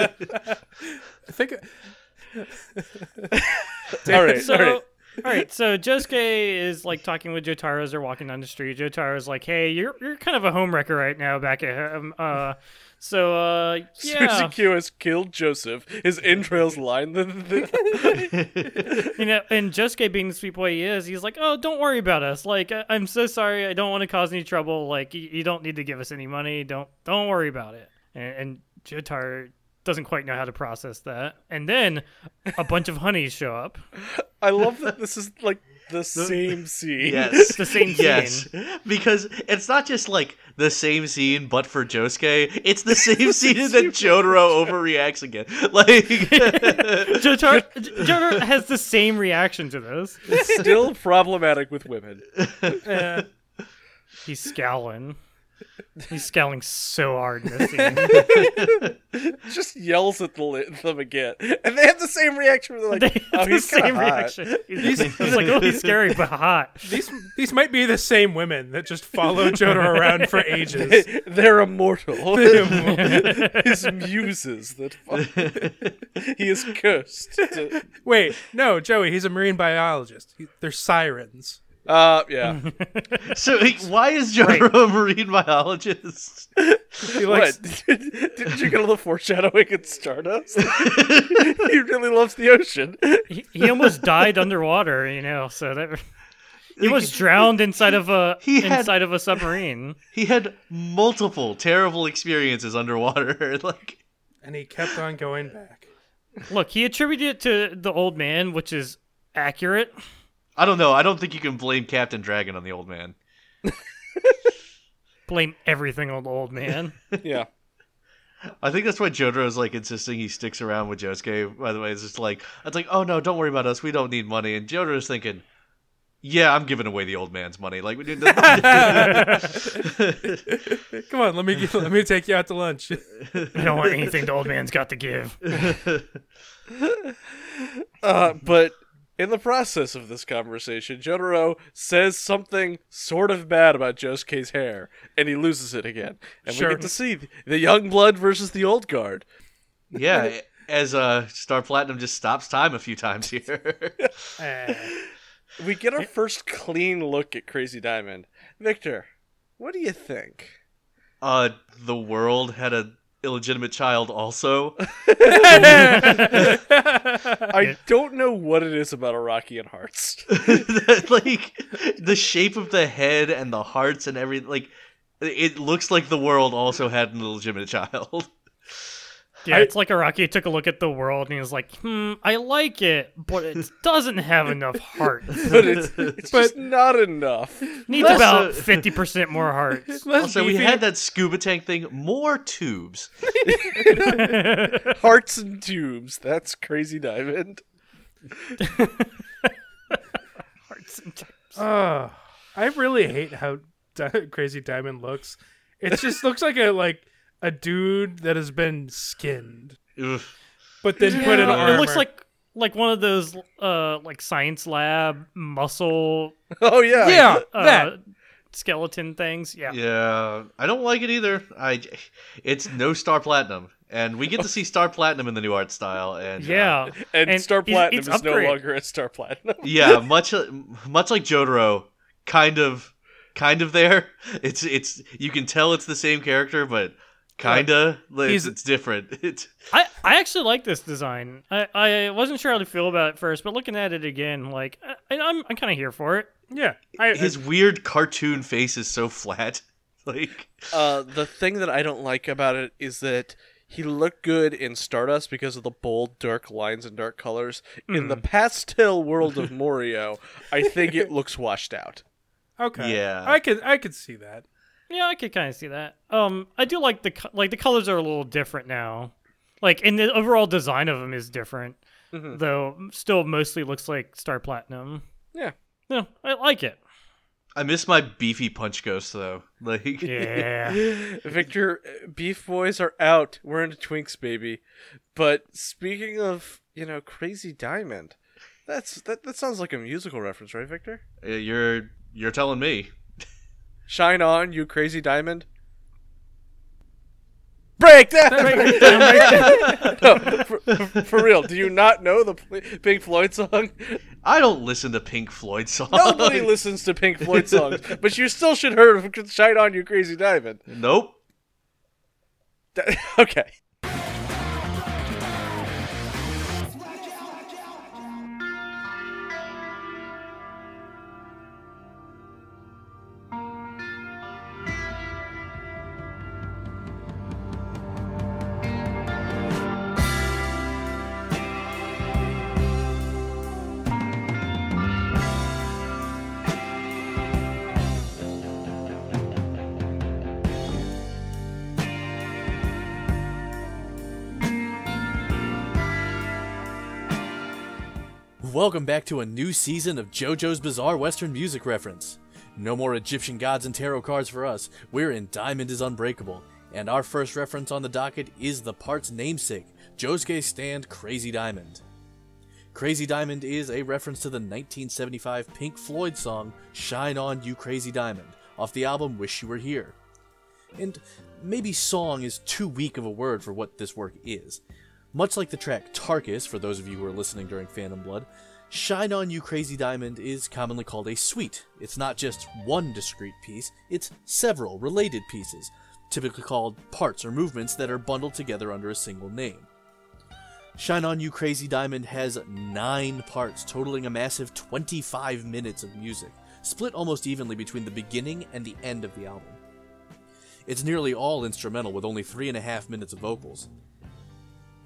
Speaker 3: I
Speaker 1: [laughs]
Speaker 3: think
Speaker 1: All right,
Speaker 2: so,
Speaker 1: all right.
Speaker 2: all right. So Josuke is like talking with Jotaro as they're walking down the street. Jotaro's like, "Hey, you're you're kind of a homewrecker right now back at home. Uh, so uh,
Speaker 1: [laughs] Susie
Speaker 2: yeah,
Speaker 1: Q has killed Joseph. His entrails line the. the
Speaker 2: [laughs] you know." And Josuke, being the sweet boy he is, he's like, "Oh, don't worry about us. Like, I- I'm so sorry. I don't want to cause any trouble. Like, you, you don't need to give us any money. Don't don't worry about it." And, and Jotaro doesn't quite know how to process that. And then a bunch of honeys show up.
Speaker 1: I love that this is like the same scene.
Speaker 5: yes.
Speaker 2: the same
Speaker 5: Yes. Because it's not just like the same scene but for Josuke, it's [laughs] the same scene and then Jotaro overreacts again. [laughs] Like
Speaker 2: Jotaro, Jotaro has the same reaction to this.
Speaker 1: It's [laughs] still problematic with women.
Speaker 2: He's scowling. He's scowling so hard in this scene.
Speaker 1: [laughs] Just yells at the, li- them again, and they have the same reaction. Where they're like,
Speaker 2: They
Speaker 1: "Oh,
Speaker 2: have the
Speaker 1: he's kinda
Speaker 2: same
Speaker 1: hot."
Speaker 2: reaction. He's, he's like, oh, he's scary, but hot.
Speaker 3: these these might be the same women that just [laughs] follow Jodo around for ages.
Speaker 1: [laughs] They're immortal. His muses that [laughs] he is cursed. to-
Speaker 3: Wait, no, Joey, he's a marine biologist. He- they're sirens.
Speaker 1: [laughs] Uh, yeah.
Speaker 5: So like, why is Jaro a marine biologist? [laughs]
Speaker 1: He [laughs] Did, did you get a little foreshadowing in Stardust? [laughs] he really loves the ocean.
Speaker 2: He, he almost died underwater, you know. So that he was drowned inside of a
Speaker 5: He had-
Speaker 2: inside of a submarine.
Speaker 5: He had multiple terrible experiences underwater. [laughs] Like
Speaker 3: and he kept on going back.
Speaker 2: Look, he attributed it to the old man, which is accurate.
Speaker 5: I don't know. I don't think you can blame Captain Dragon on the old man.
Speaker 2: Blame everything on the old man.
Speaker 1: Yeah.
Speaker 5: I think that's why Jotaro is like insisting he sticks around with Josuke. By the way, it's just like it's like, oh no, don't worry about us. We don't need money. And Jotaro's thinking, yeah, I'm giving away the old man's money. Like
Speaker 1: [laughs]
Speaker 5: we did.
Speaker 3: Come on, let me get, let me take you out to [laughs] lunch.
Speaker 2: I don't want anything the old man's got to
Speaker 3: [laughs]
Speaker 2: give.
Speaker 1: Uh, but in the process of this conversation, Jotaro says something sort of bad about Josuke's hair, and he loses it again. And
Speaker 3: Sure.
Speaker 1: we get to see th- the young blood versus the old guard.
Speaker 5: [laughs] yeah, as uh, Star Platinum just stops time a few
Speaker 1: [laughs]
Speaker 5: times here.
Speaker 2: Uh,
Speaker 1: We get our first clean look at Crazy Diamond. Victor, what do you think? [laughs]
Speaker 5: uh, the world had a illegitimate child also. [laughs]
Speaker 1: I don't know what it is about Iraqi and [laughs] Hearts.
Speaker 5: That, like the shape of the head and the hearts and everything. Like it looks like the world also had an illegitimate child.
Speaker 2: Yeah, it's like Iraqi took a look at the world and he was like, "Hmm, I like it, but it
Speaker 3: [laughs]
Speaker 2: doesn't have enough heart.
Speaker 1: But it's,
Speaker 5: [laughs]
Speaker 1: it's just not enough.
Speaker 2: Needs
Speaker 5: Also-
Speaker 3: [laughs]
Speaker 2: about fifty percent more heart."
Speaker 5: Also, we had that scuba tank thing. More tubes.
Speaker 1: Hearts and tubes. That's Crazy Diamond. [laughs]
Speaker 3: Oh, I really hate how Di- Crazy Diamond looks. It [laughs] just looks like a like a dude that has been skinned,
Speaker 5: Ugh.
Speaker 3: but then put in armor.
Speaker 2: it looks like like one of those uh like science lab muscle
Speaker 1: Oh, yeah.
Speaker 3: yeah,
Speaker 2: uh,
Speaker 3: that
Speaker 2: skeleton things. Yeah.
Speaker 5: Yeah, I don't like it either. I, it's no Star Platinum, and we get to see Star Platinum in the new art
Speaker 1: [laughs]
Speaker 5: style, and uh,
Speaker 2: Yeah.
Speaker 1: And, Star
Speaker 2: it-
Speaker 1: Platinum
Speaker 2: it's
Speaker 1: is no
Speaker 2: upgrade.
Speaker 1: longer a Star Platinum.
Speaker 5: yeah, much much like Jotaro, kind of, kind of there. It's it's you can tell it's the same character, but kinda like,
Speaker 3: He's-
Speaker 5: it's different. It's
Speaker 2: I, I actually like this design. I, I wasn't sure how to feel about it at first, but looking at it again, like I, I'm I'm kind of here for it.
Speaker 3: yeah.
Speaker 2: Uh,
Speaker 3: I,
Speaker 5: his weird cartoon face is so flat. [laughs] Like
Speaker 1: [laughs] Uh, the thing that I don't like about it is that he looked good in Stardust because of the bold, dark lines and dark colors. In
Speaker 2: Mm.
Speaker 1: the pastel world of Morio, I think it looks washed out.
Speaker 3: okay,
Speaker 5: Yeah.
Speaker 3: I could I could see that.
Speaker 2: Yeah, I could kind of see that. Um, I do like the co- like the colors are a little different now. Like, and the overall design of them is different,
Speaker 1: Mm-hmm.
Speaker 2: though. Still, mostly looks like Star Platinum.
Speaker 1: Yeah.
Speaker 2: No, I
Speaker 1: [laughs]
Speaker 2: like it.
Speaker 5: I miss my beefy punch ghost though. Like
Speaker 1: [laughs]
Speaker 2: Yeah.
Speaker 1: Victor, uh, Beef Boys are out. We're into Twinks, baby. But speaking of, you know, Crazy Diamond, that's that, that sounds like a musical reference, right, Victor?
Speaker 5: you're you're telling me.
Speaker 1: Shine on, you Crazy Diamond. Break that! [laughs] no, for, for real, do you not know the Pl- Pink Floyd song?
Speaker 5: I don't listen to Pink Floyd songs.
Speaker 1: Nobody listens to Pink Floyd songs, but you still should hear of Shine On You Crazy Diamond.
Speaker 5: [laughs] Nope.
Speaker 1: That- [laughs] okay.
Speaker 8: Welcome back to a new season of JoJo's Bizarre Western Music Reference. No more Egyptian gods and tarot cards for us. We're in Diamond is Unbreakable, and our first reference on the docket is the part's namesake, Josuke Stand Crazy Diamond. Crazy Diamond is a reference to the 1975 Pink Floyd song Shine On You Crazy Diamond off the album Wish You Were Here. And maybe song is too weak of a word for what this work is. Much like the track Tarkus, for those of you who are listening during Phantom Blood,
Speaker 5: Shine on You Crazy Diamond is commonly called a suite. It's not just one discrete piece, it's several related pieces, typically called parts or movements that are bundled together under a single name. Shine On You Crazy Diamond has nine parts, totaling a massive 25 minutes of music, split almost evenly between the beginning and the end of the album. It's nearly all instrumental, with only three and a half minutes of vocals.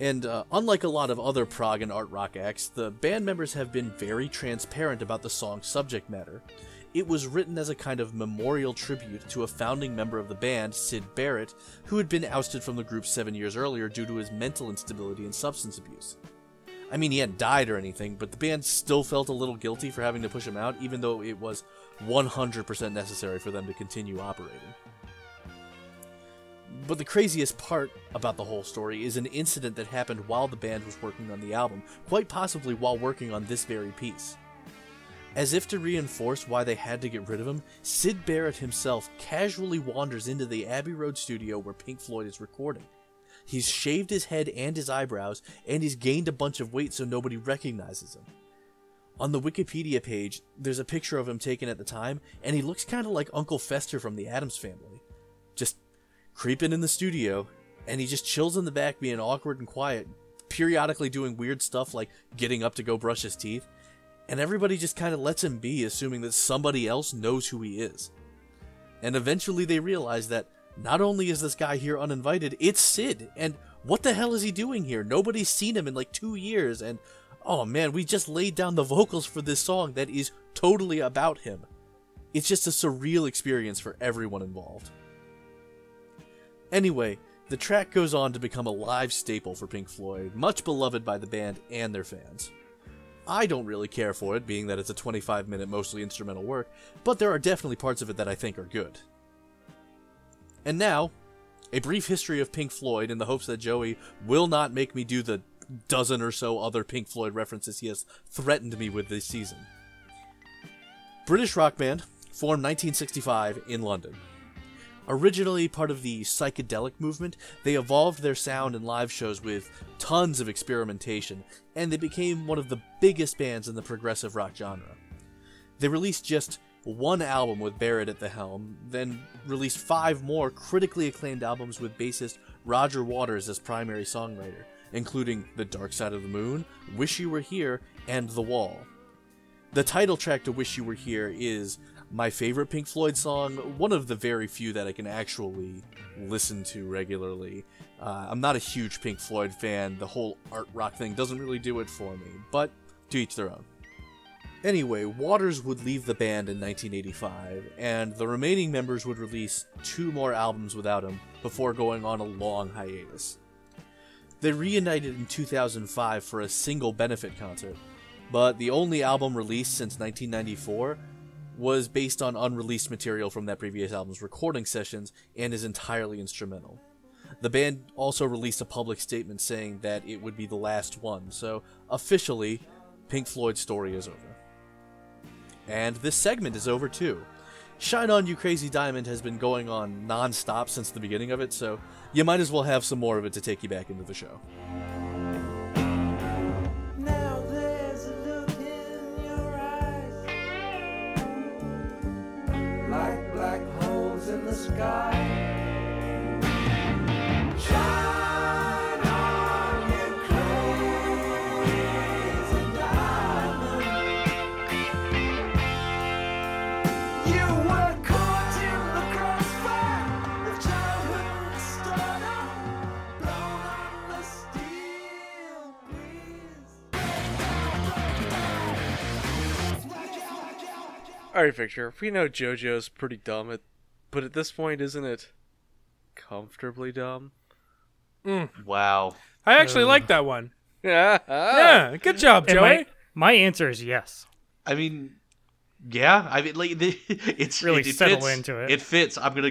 Speaker 5: And uh, unlike a lot of other prog and art rock acts, the band members have been very transparent about the song's subject matter. It was written as a kind of memorial tribute to a founding member of the band, Sid Barrett, who had been ousted from the group seven years earlier due to his mental instability and substance abuse. I mean, he hadn't died or anything, but the band still felt a little guilty for having to push him out, even though it was 100% necessary for them to continue operating. But the craziest part about the whole story is an incident that happened while the band was working on the album, quite possibly while working on this very piece. As if to reinforce why they had to get rid of him, Sid Barrett himself casually wanders into the Abbey Road studio where Pink Floyd is recording. He's shaved his head and his eyebrows, and he's gained a bunch of weight so nobody recognizes him. On the Wikipedia page, there's a picture of him taken at the time, and he looks kind of like Uncle Fester from the Adams family. Just creeping in the studio, and he just chills in the back, being awkward and quiet, periodically doing weird stuff like getting up to go brush his teeth. And everybody just kind of lets him be, assuming that somebody else knows who he is. And eventually they realize that not only is this guy here uninvited, it's Sid, and what the hell is he doing here? Nobody's seen him in like two years, and oh man, we just laid down the vocals for this song that is totally about him. It's just a surreal experience for everyone involved. Anyway, the track goes on to become a live staple for Pink Floyd, much beloved by the band and their fans. I don't really care for it, being that it's a 25 minute mostly instrumental work, but there are definitely parts of it that I think are good. And now, a brief history of Pink Floyd in the hopes that Joey will not make me do the dozen or so other Pink Floyd references he has threatened me with this season. British rock band, formed 1965 in London. Originally part of the psychedelic movement, they evolved their sound and live shows with tons of experimentation, and they became one of the biggest bands in the progressive rock genre. They released just one album with Barrett at the helm, then released five more critically acclaimed albums with bassist Roger Waters as primary songwriter, including The Dark Side of the Moon, Wish You Were Here, and The Wall. The title track to Wish You Were Here is my favorite Pink Floyd song, one of the very few that I can actually listen to regularly. Uh, I'm not a huge Pink Floyd fan, the whole art rock thing doesn't really do it for me, but to each their own. Anyway, Waters would leave the band in 1985, and the remaining members would release two more albums without him before going on a long hiatus. They reunited in 2005 for a single benefit concert, but the only album released since 1994 was based on unreleased material from that previous album's recording sessions and is entirely instrumental. The band also released a public statement saying that it would be the last one, so officially, Pink Floyd's story is over. And this segment is over too. Shine On You Crazy Diamond has been going on non stop since the beginning of it, so you might as well have some more of it to take you back into the show.
Speaker 9: Now there's a look in your eyes like black holes in the sky. Shine on, you crazy diamond. You were caught in the crossfire of childhood stardom, blown on the steel breeze.
Speaker 1: All right, Victor. We know JoJo's pretty dumb, at, but at this point, isn't it comfortably dumb? [laughs]
Speaker 4: Wow.
Speaker 3: I actually like that one.
Speaker 1: Yeah.
Speaker 3: Yeah, good job,
Speaker 2: And
Speaker 3: Joey.
Speaker 2: my, my answer is yes.
Speaker 4: I mean, yeah. I mean, like [laughs] the, it's
Speaker 2: Really
Speaker 4: it, it
Speaker 2: settle
Speaker 4: fits.
Speaker 2: into it.
Speaker 4: It fits. I'm gonna.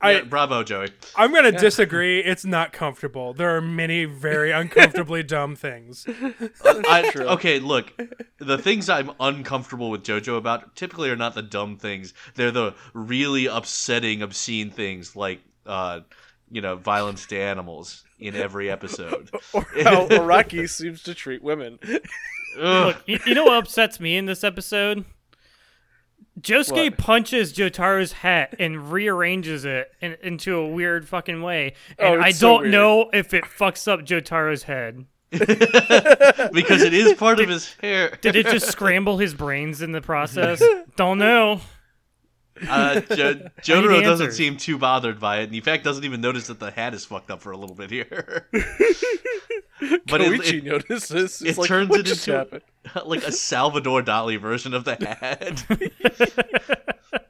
Speaker 3: I-
Speaker 4: yeah, bravo, Joey.
Speaker 3: I'm gonna disagree. It's not comfortable. There are many very uncomfortably dumb things.
Speaker 4: I, okay, look. The things I'm uncomfortable with JoJo about typically are not the dumb things. They're the really upsetting, obscene things like, uh, you know, violence to animals in every episode. [laughs]
Speaker 1: How Araki seems to treat women.
Speaker 4: Ugh.
Speaker 2: Look, you, you know what upsets me in this episode? Josuke
Speaker 1: What?
Speaker 2: punches Jotaro's hat and rearranges it in, into a weird fucking way. And
Speaker 1: Oh,
Speaker 2: I
Speaker 1: it's so
Speaker 2: don't
Speaker 1: weird.
Speaker 2: know if it fucks up Jotaro's head.
Speaker 4: because it is part of his hair.
Speaker 2: [laughs] Did
Speaker 1: [laughs]
Speaker 2: it just scramble his brains in the process? don't know.
Speaker 4: Uh,
Speaker 2: [laughs]
Speaker 4: jo- Jotaro doesn't
Speaker 2: answers.
Speaker 4: seem too bothered by it, and in fact doesn't even notice that the hat is fucked up for a little bit
Speaker 2: [laughs]
Speaker 4: here. but it,
Speaker 1: Koichi
Speaker 4: it-
Speaker 1: notices. It's
Speaker 4: it
Speaker 1: like,
Speaker 4: turns
Speaker 1: what
Speaker 4: it
Speaker 1: just
Speaker 4: into
Speaker 1: happened?
Speaker 4: [laughs] like a Salvador Dali version of the
Speaker 1: [laughs]
Speaker 4: hat.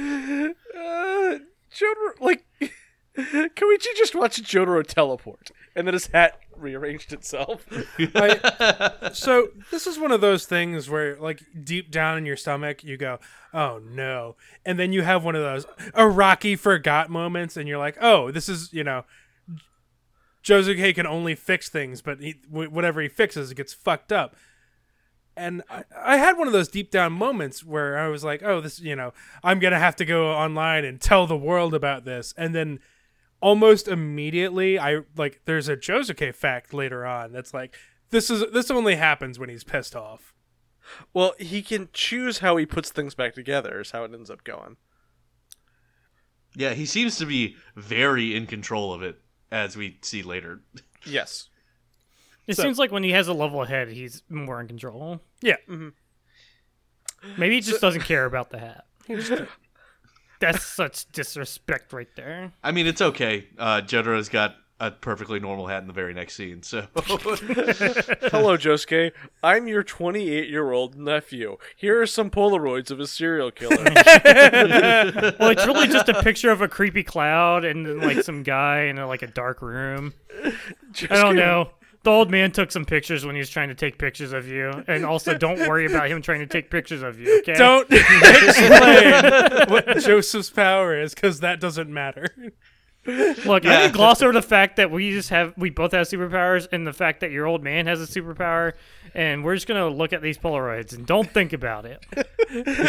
Speaker 1: Uh, Jotaro, like, [laughs] Koichi just watched Jotaro teleport, and then his hat rearranged
Speaker 4: [laughs]
Speaker 1: itself.
Speaker 3: so this is one of those things where like deep down in your stomach you go oh no and then you have one of those a rocky forgot moments and you're like oh this is you know Josuke can only fix things but he, wh- whatever he fixes it gets fucked up and I, I had one of those deep down moments where I was like, "Oh, this, you know, I'm gonna have to go online and tell the world about this." And then, almost immediately, I like there's a Josuke fact later on that's like, "This is this only happens when he's pissed off."
Speaker 1: Well, he can choose how he puts things back together, is how it ends up going.
Speaker 4: yeah, he seems to be very in control of it, as we see later.
Speaker 1: Yes.
Speaker 2: It seems like when he has a level head, he's more in control.
Speaker 3: Yeah,
Speaker 2: Maybe he just doesn't care about
Speaker 1: [laughs]
Speaker 2: the hat. That's such disrespect right there.
Speaker 4: I mean, it's okay. Uh, Jotaro's got a perfectly normal hat in the very next
Speaker 2: [laughs]
Speaker 4: scene, so
Speaker 1: Hello, Josuke. I'm your 28 year old nephew. Here are some Polaroids of a serial
Speaker 2: [laughs]
Speaker 1: killer.
Speaker 2: Well, it's really just a picture of a creepy cloud and then like some guy in a, like a dark room. I don't know. The old man took some pictures when he was trying to take pictures of you, and also don't worry about him trying to take pictures of you. Okay?
Speaker 3: don't [laughs] explain what Joseph's power is because that doesn't matter.
Speaker 2: look. I
Speaker 4: Yeah.
Speaker 2: can gloss over the fact that we just have we both have superpowers, and the fact that your old man has a superpower, and we're just gonna look at these Polaroids and don't think about it.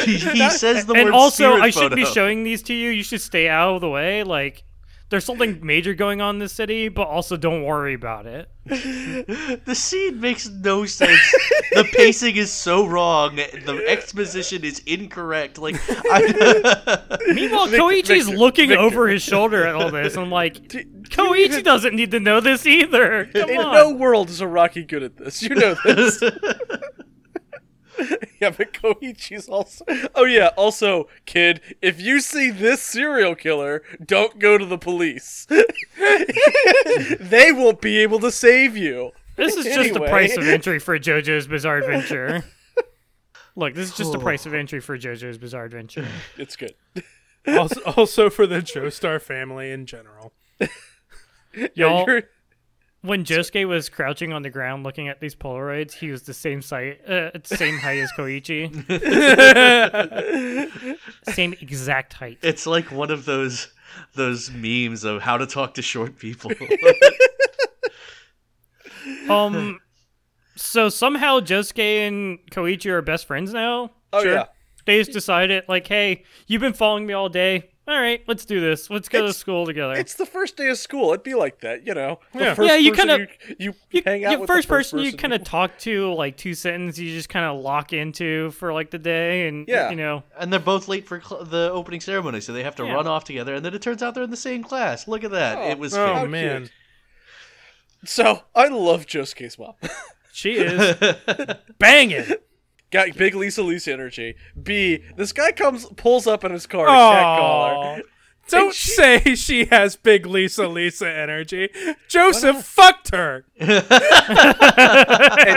Speaker 4: he, he says the
Speaker 2: and
Speaker 4: word
Speaker 2: also,
Speaker 4: spirit
Speaker 2: I shouldn't be
Speaker 4: photo.
Speaker 2: showing these to you. You should stay out of the way. Like, there's something major going on in this city, but also don't worry about it.
Speaker 4: The scene makes no sense.
Speaker 1: [laughs]
Speaker 4: the pacing is so wrong. The exposition is incorrect.
Speaker 1: [laughs]
Speaker 4: Like, I,
Speaker 2: Meanwhile, Koichi's looking over his shoulder at all this.
Speaker 1: [laughs]
Speaker 2: I'm like, Koichi [laughs] doesn't need to know this either. Come
Speaker 1: In
Speaker 2: on.
Speaker 1: no world is Araki good at this. You know this.
Speaker 2: [laughs]
Speaker 1: yeah, but Koichi's also. Oh, yeah, also, kid, if you see this serial killer, don't go to the police. [laughs] they won't be able to save you.
Speaker 2: This is just the
Speaker 1: Anyway.
Speaker 2: price of
Speaker 1: [laughs]
Speaker 2: entry for JoJo's Bizarre Adventure. [laughs] Look, this is just the price of entry for JoJo's Bizarre Adventure.
Speaker 1: It's good.
Speaker 3: Also, also for the Joestar family in general.
Speaker 1: Yeah,
Speaker 2: Y'all-
Speaker 1: you're.
Speaker 2: When Josuke was crouching on the ground looking at these Polaroids, he was the same size, uh, same height as
Speaker 1: [laughs]
Speaker 2: Koichi. same exact height.
Speaker 4: it's like one of those those memes of how to talk to
Speaker 2: [laughs]
Speaker 4: short people.
Speaker 2: Um, so somehow Josuke and Koichi are best friends now.
Speaker 1: Oh, yeah.
Speaker 2: They just decided, like, hey, you've been following me all day. All right, let's do this. Let's go to
Speaker 1: It's-
Speaker 2: school together.
Speaker 1: It's the first day of school. It'd be like that, you know. The
Speaker 3: Yeah.
Speaker 1: first
Speaker 2: Yeah, you
Speaker 1: person
Speaker 2: kinda-
Speaker 1: you, you
Speaker 2: you,
Speaker 1: hang out
Speaker 2: you
Speaker 1: with the
Speaker 2: first, person, you kind
Speaker 1: person-
Speaker 2: of talk to, like two sentences, you just kind of lock into for like the day, and
Speaker 1: Yeah.
Speaker 2: you know,
Speaker 4: and they're both late for cl- the opening ceremony, so they have to
Speaker 2: Yeah.
Speaker 4: run off together. And then it turns out they're in the same class. Look at that! it was
Speaker 3: Oh
Speaker 1: How
Speaker 3: man,
Speaker 1: cute. So I love Josuke's mom.
Speaker 3: she is
Speaker 4: fake.
Speaker 3: banging.
Speaker 1: [laughs] Got big Lisa Lisa energy. B. This guy comes pulls up in his car. to cat
Speaker 3: Oh,
Speaker 1: collar.
Speaker 3: Don't say she has big Lisa Lisa energy. Joseph fucked her.
Speaker 1: [laughs] and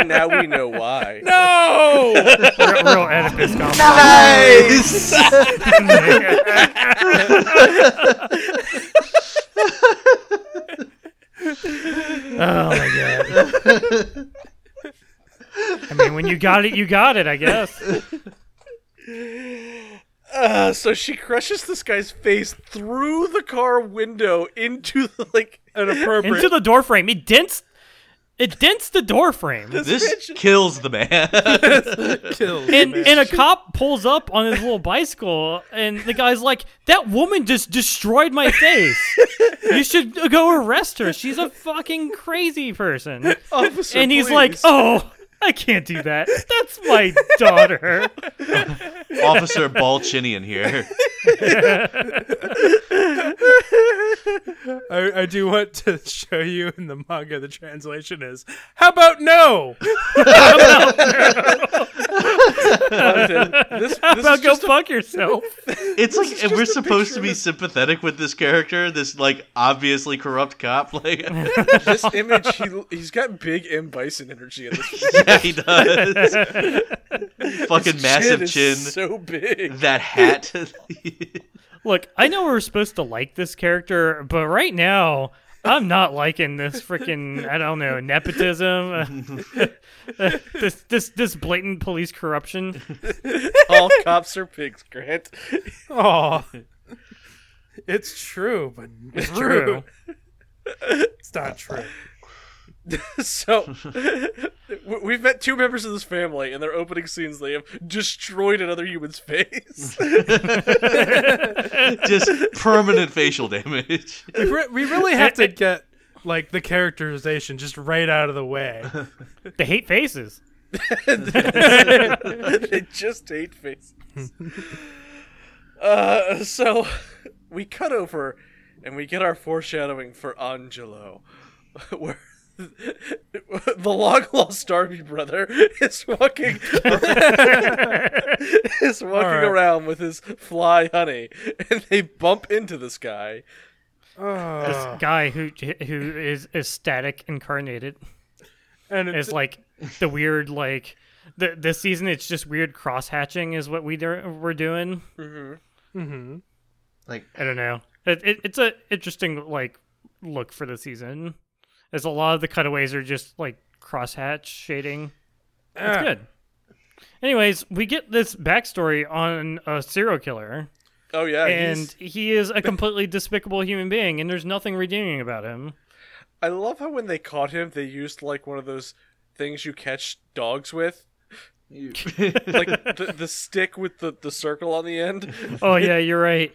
Speaker 1: now we know [laughs] why.
Speaker 3: No.
Speaker 2: real, real Oedipus complex.
Speaker 4: nice.
Speaker 2: [laughs] Oh my god. I mean, when you got it, you got it. I guess.
Speaker 1: Uh, so she crushes this guy's face through the car window into the, like
Speaker 3: An appropriate.
Speaker 2: into the door frame. It dents. It dents the door frame.
Speaker 4: this kills
Speaker 2: [laughs]
Speaker 4: the man.
Speaker 2: And, and a cop pulls up on his little bicycle, and the guy's like, "That woman just destroyed my face.
Speaker 1: [laughs]
Speaker 2: You should go arrest her. She's a fucking crazy person."
Speaker 1: officer.
Speaker 2: and he's like,
Speaker 1: please.
Speaker 2: "Oh, I can't do that. That's my daughter.
Speaker 4: Officer Balchinian here.
Speaker 3: I, I do want to show you in the manga the translation is how about no
Speaker 1: this, [laughs] this
Speaker 2: Well,
Speaker 1: is
Speaker 2: go
Speaker 1: just
Speaker 2: fuck yourself.
Speaker 4: It's like and we're supposed to be sympathetic with this character, this like obviously corrupt
Speaker 2: [laughs]
Speaker 4: cop. [laughs] Like,
Speaker 1: this image. He, he's got big M Bison energy in this.
Speaker 4: yeah, he does. Fucking massive
Speaker 1: is
Speaker 4: chin.
Speaker 1: so big.
Speaker 4: that hat. [laughs]
Speaker 2: Look, I know we're supposed to like this character, but right now I'm not liking this freaking I don't know nepotism, [laughs] uh, this this this blatant police corruption.
Speaker 1: All cops are pigs, [laughs] Grant.
Speaker 3: oh it's true but it's
Speaker 2: True.
Speaker 3: it's not true
Speaker 1: [laughs] So w- we've met two members of this family, and their opening scenes they have destroyed another human's face.
Speaker 4: Just permanent facial damage.
Speaker 3: we, re- we
Speaker 1: [laughs]
Speaker 3: really have to get like the characterization just right out of the way
Speaker 2: They hate faces.
Speaker 1: they just hate faces. Uh, so we cut over, and we get our foreshadowing for Angelo, where. The long lost Darby brother is walking is walking
Speaker 3: right.
Speaker 1: around with his fly honey, and they bump into this guy,
Speaker 3: oh.
Speaker 2: Guy who who is ecstatic incarnated
Speaker 3: and it's
Speaker 2: is like the weird like the this season it's just weird cross hatching is what we do, we're doing.
Speaker 4: Like,
Speaker 2: I don't know. It, it, it's a interesting like look for the season, as a lot of the cutaways are just like crosshatch shading. It's good. Anyways, we get this backstory on a serial killer,
Speaker 1: Oh yeah,
Speaker 2: and
Speaker 1: he's-
Speaker 2: he is a completely despicable human being, and there's nothing redeeming about him.
Speaker 1: I love how when they caught him, they used like one of those things you catch dogs with, like the, the stick with the, the circle on the end. [laughs]
Speaker 2: Oh yeah, you're right.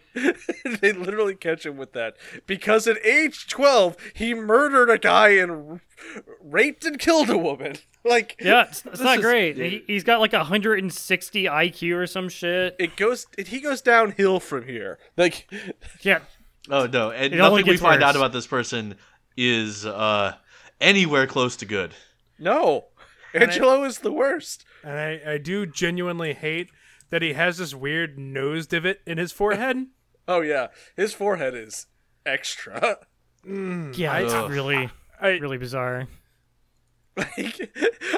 Speaker 1: they literally catch him with that because at age twelve, he murdered a guy and r- raped and killed a woman. [laughs] Like
Speaker 2: Yeah, it's, it's not
Speaker 1: is-
Speaker 2: great. He, he's got like 160 IQ or some shit.
Speaker 1: it goes, it, he goes downhill from here. Like
Speaker 2: Yeah,
Speaker 4: oh no, and
Speaker 2: It only
Speaker 4: nothing we
Speaker 2: gets
Speaker 4: find out
Speaker 2: worse.
Speaker 4: about this person is uh, anywhere close to good.
Speaker 1: no, Angelo is the worst.
Speaker 3: and I, I do genuinely hate that he has this weird nose divot in his forehead
Speaker 1: Oh yeah, his forehead is extra. [laughs]
Speaker 2: yeah, it's
Speaker 4: Ugh.
Speaker 2: really,
Speaker 3: I-
Speaker 2: really bizarre.
Speaker 1: Like,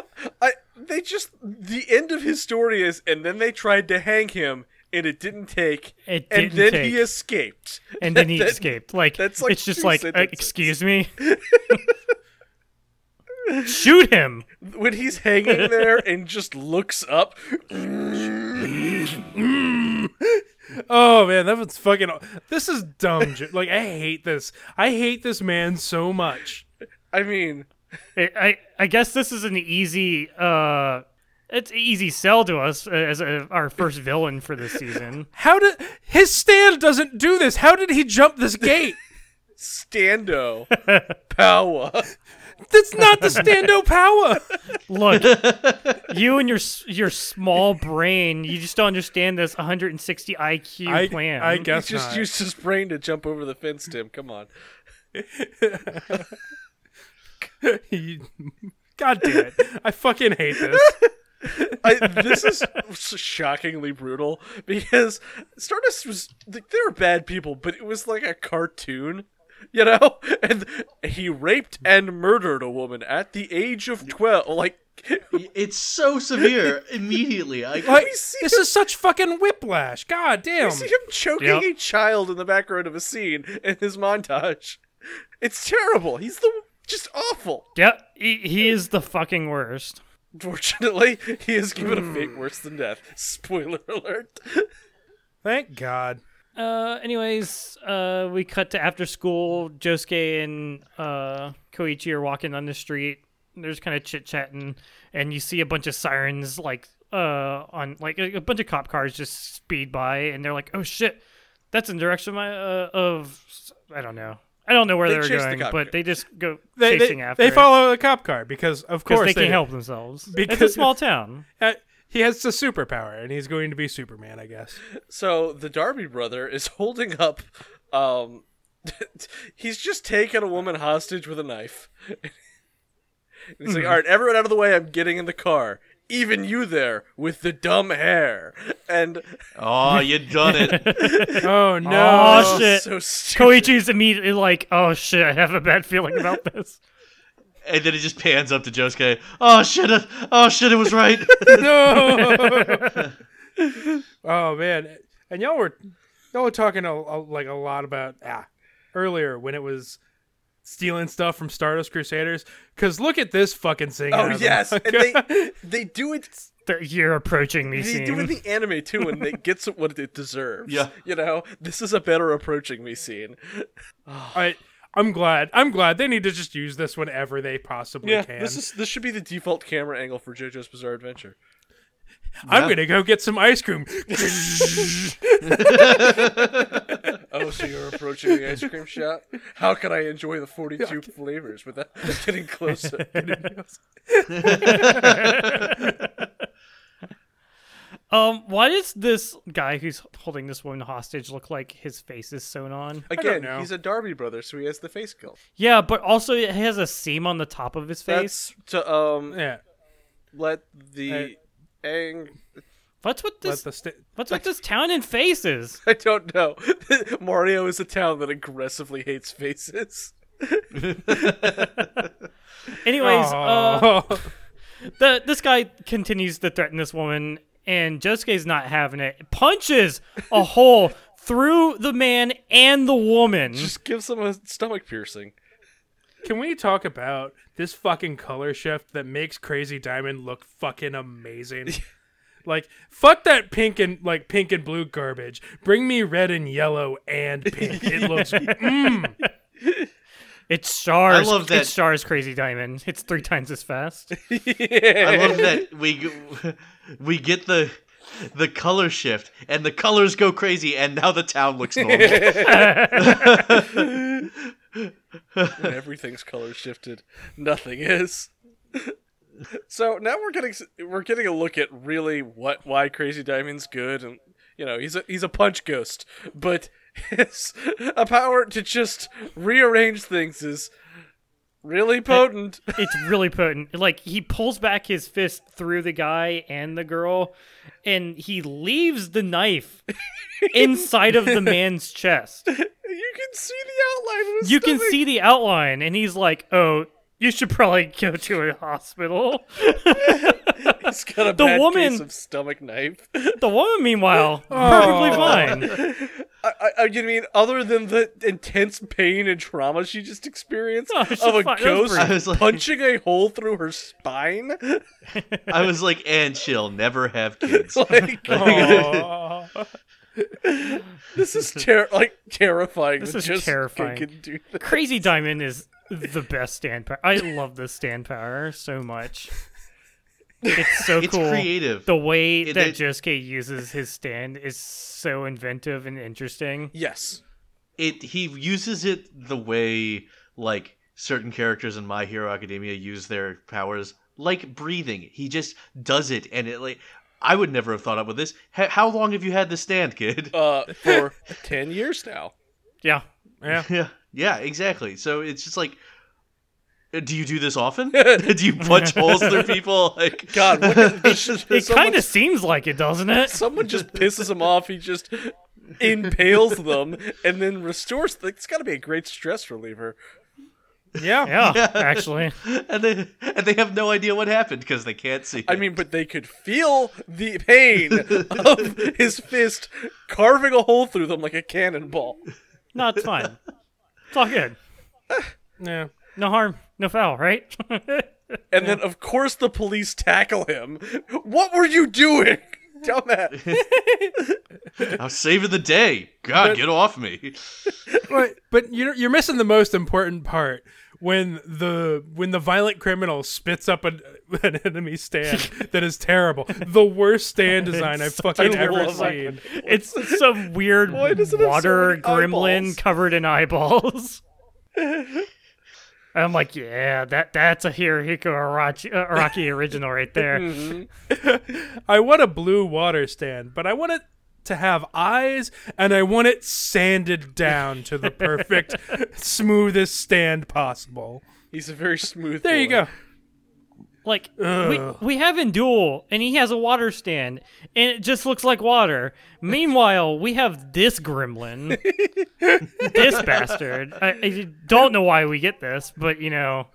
Speaker 1: [laughs] I they just the end of his story is, and then they tried to hang him, and it didn't take.
Speaker 2: It
Speaker 1: and
Speaker 2: didn't
Speaker 1: then
Speaker 2: take.
Speaker 1: he escaped.
Speaker 2: and then
Speaker 1: [laughs]
Speaker 2: he
Speaker 1: That-
Speaker 2: escaped. Like,
Speaker 1: that's like
Speaker 2: it's just
Speaker 1: two
Speaker 2: like, uh,
Speaker 1: sentences.
Speaker 2: excuse me, shoot him.
Speaker 1: When he's hanging
Speaker 2: [laughs]
Speaker 1: there and just looks up,
Speaker 3: Oh man, that was fucking. This is dumb. Ju- like I hate this. I hate this man so much.
Speaker 1: I mean,
Speaker 2: I, I, I guess this is an easy, uh, it's an easy sell to us uh, as a, our first villain for this season.
Speaker 3: How did his stand doesn't do this? How did he jump this gate?
Speaker 2: [laughs]
Speaker 1: Stando, Powa.
Speaker 3: That's not the stando power.
Speaker 1: [laughs]
Speaker 2: Look, you and your s- your small brain, you just don't understand this 160 IQ
Speaker 3: I,
Speaker 2: plan.
Speaker 3: I
Speaker 1: He
Speaker 3: guess
Speaker 1: just
Speaker 3: not.
Speaker 1: used his brain to jump over the fence, Tim. Come on.
Speaker 3: [laughs] He- God damn it! I fucking hate this.
Speaker 1: I, this is shockingly brutal because Stardust was like they were bad people, but it was like a cartoon, you know. And he raped and murdered a woman at the age of twelve. Like
Speaker 4: It's so severe immediately. I, [laughs]
Speaker 3: Like
Speaker 1: see
Speaker 3: this is such fucking whiplash. God damn.
Speaker 1: see [laughs] him choking
Speaker 2: Yep.
Speaker 1: a child in the background of a scene in his montage. It's terrible. He's the just awful.
Speaker 2: yep, he, he is the fucking worst.
Speaker 1: Fortunately, he is given a fate worse than death. Spoiler alert.
Speaker 3: Thank God.
Speaker 2: Uh, anyways, uh, we cut to after school. Josuke and uh, Koichi are walking on the street. There's kind of chit chatting, and you see a bunch of sirens like uh on like a, a bunch of cop cars just speed by, and they're like, "Oh shit, that's in the direction of my uh, of I don't know I don't know where
Speaker 1: They
Speaker 2: they, were
Speaker 1: chase the
Speaker 2: going,
Speaker 1: cop
Speaker 2: but
Speaker 1: car.
Speaker 2: they just go
Speaker 3: They,
Speaker 2: chasing
Speaker 3: they,
Speaker 2: after.
Speaker 3: they
Speaker 2: it
Speaker 3: follow the cop car because, of
Speaker 2: 'cause
Speaker 3: course,
Speaker 2: they can't
Speaker 3: do.
Speaker 2: help themselves. it's a
Speaker 3: Because-
Speaker 2: small town.
Speaker 3: Uh, he has a superpower, and he's going to be Superman,
Speaker 1: [laughs]
Speaker 3: I guess.
Speaker 1: So the Darby brother is [laughs] holding up. Um, [laughs] he's just taken a woman hostage with a knife. And he's like, "All right, everyone out of the way! I'm getting in the car. Even you there with the dumb hair." And [laughs]
Speaker 4: Oh, you done
Speaker 2: [laughs]
Speaker 4: it.
Speaker 3: Oh no!
Speaker 2: Oh, shit!
Speaker 1: so stupid.
Speaker 2: Koichi's immediately like, "Oh shit, I have a bad feeling about this." [laughs]
Speaker 4: and then it just pans up to Josuke. Oh shit! uh, Oh shit! It was right.
Speaker 3: no.
Speaker 1: [laughs]
Speaker 3: oh man, and y'all were y'all were talking a, a- like a lot about ah earlier when it was stealing stuff from Stardust Crusaders. Cause look at this fucking thing.
Speaker 1: Oh
Speaker 3: out of the
Speaker 1: yes, and
Speaker 3: manga.
Speaker 1: they they do it.
Speaker 2: The- You're approaching me.
Speaker 1: They
Speaker 2: Scene.
Speaker 1: do it in the anime too, and they gets it what it deserves.
Speaker 4: Yeah.
Speaker 1: you know, this is a better approaching me scene.
Speaker 3: [laughs] I I'm glad. I'm glad they need to just use this whenever they possibly
Speaker 1: Yeah,
Speaker 3: can.
Speaker 1: this is this should be the default camera angle for JoJo's Bizarre Adventure.
Speaker 3: I'm gonna go get some ice
Speaker 1: [laughs]
Speaker 3: cream.
Speaker 1: Oh, so you're approaching the ice cream shop? How can I enjoy the 42 [laughs] flavors without getting [laughs] closer?
Speaker 2: Um, why does this guy who's holding this woman hostage look like his face is sewn on?
Speaker 1: Again,
Speaker 3: know.
Speaker 1: he's a Darby brother, so he has the face guilt.
Speaker 2: Yeah, but also it has a seam on the top of his face.
Speaker 1: That's to um
Speaker 3: yeah.
Speaker 1: let the ang. [laughs]
Speaker 2: What's with
Speaker 3: Let
Speaker 2: this?
Speaker 3: the sti-
Speaker 2: What's with this town and
Speaker 3: [laughs]
Speaker 2: faces?
Speaker 1: I don't know. [laughs] Mario is a town that aggressively hates faces.
Speaker 2: Anyways, uh,
Speaker 3: Oh.
Speaker 2: the this guy continues to threaten this woman, and Josuke's not having it. Punches a hole through the man and the woman.
Speaker 1: [laughs] Just gives him a stomach piercing.
Speaker 3: Can we talk about this fucking color shift that makes Crazy Diamond look fucking amazing? like fuck that pink and like pink and blue garbage. Bring me red and yellow and pink. It looks mm.
Speaker 2: It stars.
Speaker 4: I love that-
Speaker 2: It stars Crazy Diamond. It's three times as fast.
Speaker 4: I love that we g- [laughs] we get the the color shift and the colors go crazy, and now the town looks normal.
Speaker 1: when everything's color shifted, nothing is. [laughs] so now we're getting s- we're getting a look at really what why Crazy Diamond's good, and you know he's a he's a punch ghost, but [laughs] his a power to just rearrange things is really potent. [laughs]
Speaker 2: it's really potent. Like he pulls back his fist through the guy and the girl, and he leaves the knife inside of the man's chest.
Speaker 1: you can see the outline. Of his
Speaker 2: You can
Speaker 1: stomach.
Speaker 2: see the outline, and he's like, "Oh, you should probably go to a hospital." [laughs]
Speaker 1: he's got a
Speaker 2: the
Speaker 1: bad case
Speaker 2: woman-
Speaker 1: of stomach knife. [laughs]
Speaker 2: the woman, meanwhile, perfectly fine.
Speaker 1: I, I, I- you mean other than the intense pain and trauma she just
Speaker 2: [laughs]
Speaker 1: experienced
Speaker 2: No,
Speaker 1: of
Speaker 2: she's
Speaker 1: a
Speaker 2: fine. Oh, That was
Speaker 1: ghost
Speaker 2: pretty-
Speaker 4: I was like-
Speaker 1: punching a hole through her
Speaker 4: [laughs]
Speaker 1: spine? [laughs]
Speaker 4: I was like, and she'll never have kids.
Speaker 1: like
Speaker 3: Aw.
Speaker 1: this is ter- like terrifying.
Speaker 2: This
Speaker 1: that
Speaker 2: is
Speaker 1: Jessica
Speaker 2: terrifying.
Speaker 1: Can do that.
Speaker 2: Crazy Diamond is the best stand power. I love this stand power so much. It's so
Speaker 4: It's
Speaker 2: cool.
Speaker 4: creative.
Speaker 2: The way
Speaker 4: It-
Speaker 2: that
Speaker 4: it-
Speaker 2: Josuke uses his stand is so inventive and interesting.
Speaker 1: Yes.
Speaker 4: It he uses it the way like certain characters in My Hero Academia use their powers, like breathing. He just does it, and it like I would never have thought up with this. H- how long have you had this stand, kid?
Speaker 1: Uh,
Speaker 2: [laughs]
Speaker 1: for ten years now.
Speaker 2: Yeah.
Speaker 4: Yeah, yeah, exactly. So it's just like, uh, do you do
Speaker 1: [laughs]
Speaker 4: this often? [laughs] do you punch holes through people? Like,
Speaker 1: God, what
Speaker 2: [laughs] It kind of seems like it, doesn't
Speaker 1: [laughs]
Speaker 2: it?
Speaker 1: Someone just pisses him off. He just impales them and then restores. It's got to be a great stress reliever.
Speaker 3: yeah.
Speaker 2: Yeah, actually.
Speaker 4: and they and they have no idea what happened because they can't see.
Speaker 1: I
Speaker 4: it.
Speaker 1: mean, but they could feel the pain of his fist carving a hole through them like a cannonball.
Speaker 2: No, it's fine. It's all good.
Speaker 3: Yeah.
Speaker 2: No harm, no foul, right? [laughs]
Speaker 1: And then, of course, the police tackle him. What were you doing? [laughs] Dumbass.
Speaker 4: I'm saving the day. God, get off me.
Speaker 3: But, but you're you're missing the most important part when the when the violent criminal spits up an, [laughs] an enemy stand that is terrible. The worst stand design I've fucking ever
Speaker 1: love that.
Speaker 3: seen.
Speaker 2: it's some weird
Speaker 1: Why does it have so
Speaker 2: water
Speaker 1: many
Speaker 2: gremlin
Speaker 1: eyeballs? [laughs]
Speaker 2: covered in eyeballs. And I'm like, yeah, that that's a Hirohiko Araki, uh, Araki original right
Speaker 1: Hmm.
Speaker 2: there.
Speaker 3: I want a blue water stand, but I want it to have eyes and I want it sanded down to the perfect smoothest stand possible.
Speaker 1: He's a very smooth.
Speaker 3: There you
Speaker 1: boy.
Speaker 3: go.
Speaker 2: Like we, we have in duel, and he has a water stand, and it just looks like water. Meanwhile, we have
Speaker 1: [laughs]
Speaker 2: this gremlin, this bastard. I, I don't know why we get this, but you know,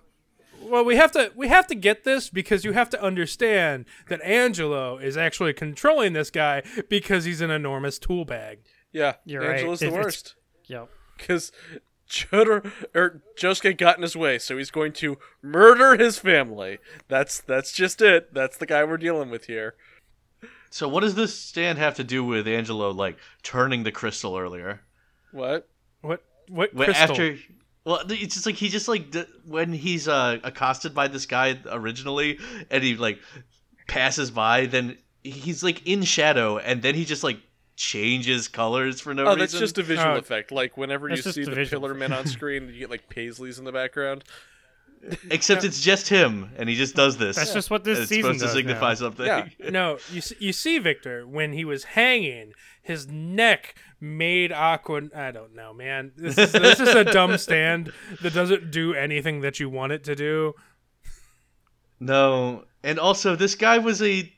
Speaker 3: Well, we have to we have to get this because you have to understand that Angelo is actually controlling this guy because he's an enormous tool bag.
Speaker 1: Yeah,
Speaker 2: You're right.
Speaker 1: Angela's
Speaker 2: It-
Speaker 1: the
Speaker 2: it's-
Speaker 1: worst
Speaker 2: yep.
Speaker 1: because Jodor or Josuke got in his way, so he's going to murder his family. That's that's just it. That's the guy we're dealing with here.
Speaker 4: So what does this stand have to do with Angelo like turning the crystal earlier?
Speaker 1: What?
Speaker 3: What what
Speaker 4: Wh-
Speaker 3: crystal?
Speaker 4: After well, th- it's just like he just like d- when he's uh, accosted by this guy originally, and he like passes by, then he's like in shadow, and then he just like changes colors for no
Speaker 1: Oh,
Speaker 4: reason.
Speaker 1: that's just a visual
Speaker 3: Oh.
Speaker 1: effect. Like whenever you
Speaker 2: That's just
Speaker 1: see
Speaker 2: a
Speaker 1: the
Speaker 2: visual
Speaker 1: Pillar Men on screen, you get like Paisleys in the background.
Speaker 4: except it's just him, and he just does this.
Speaker 2: That's just what this
Speaker 4: And it's
Speaker 2: season
Speaker 4: supposed to
Speaker 2: does now.
Speaker 4: signify something.
Speaker 1: Yeah.
Speaker 3: no, you see, you see, Victor, when he was hanging, his neck made aqua. I don't know, man. This is, this is a dumb stand that doesn't do anything that you want it to do.
Speaker 4: No, and also this guy was a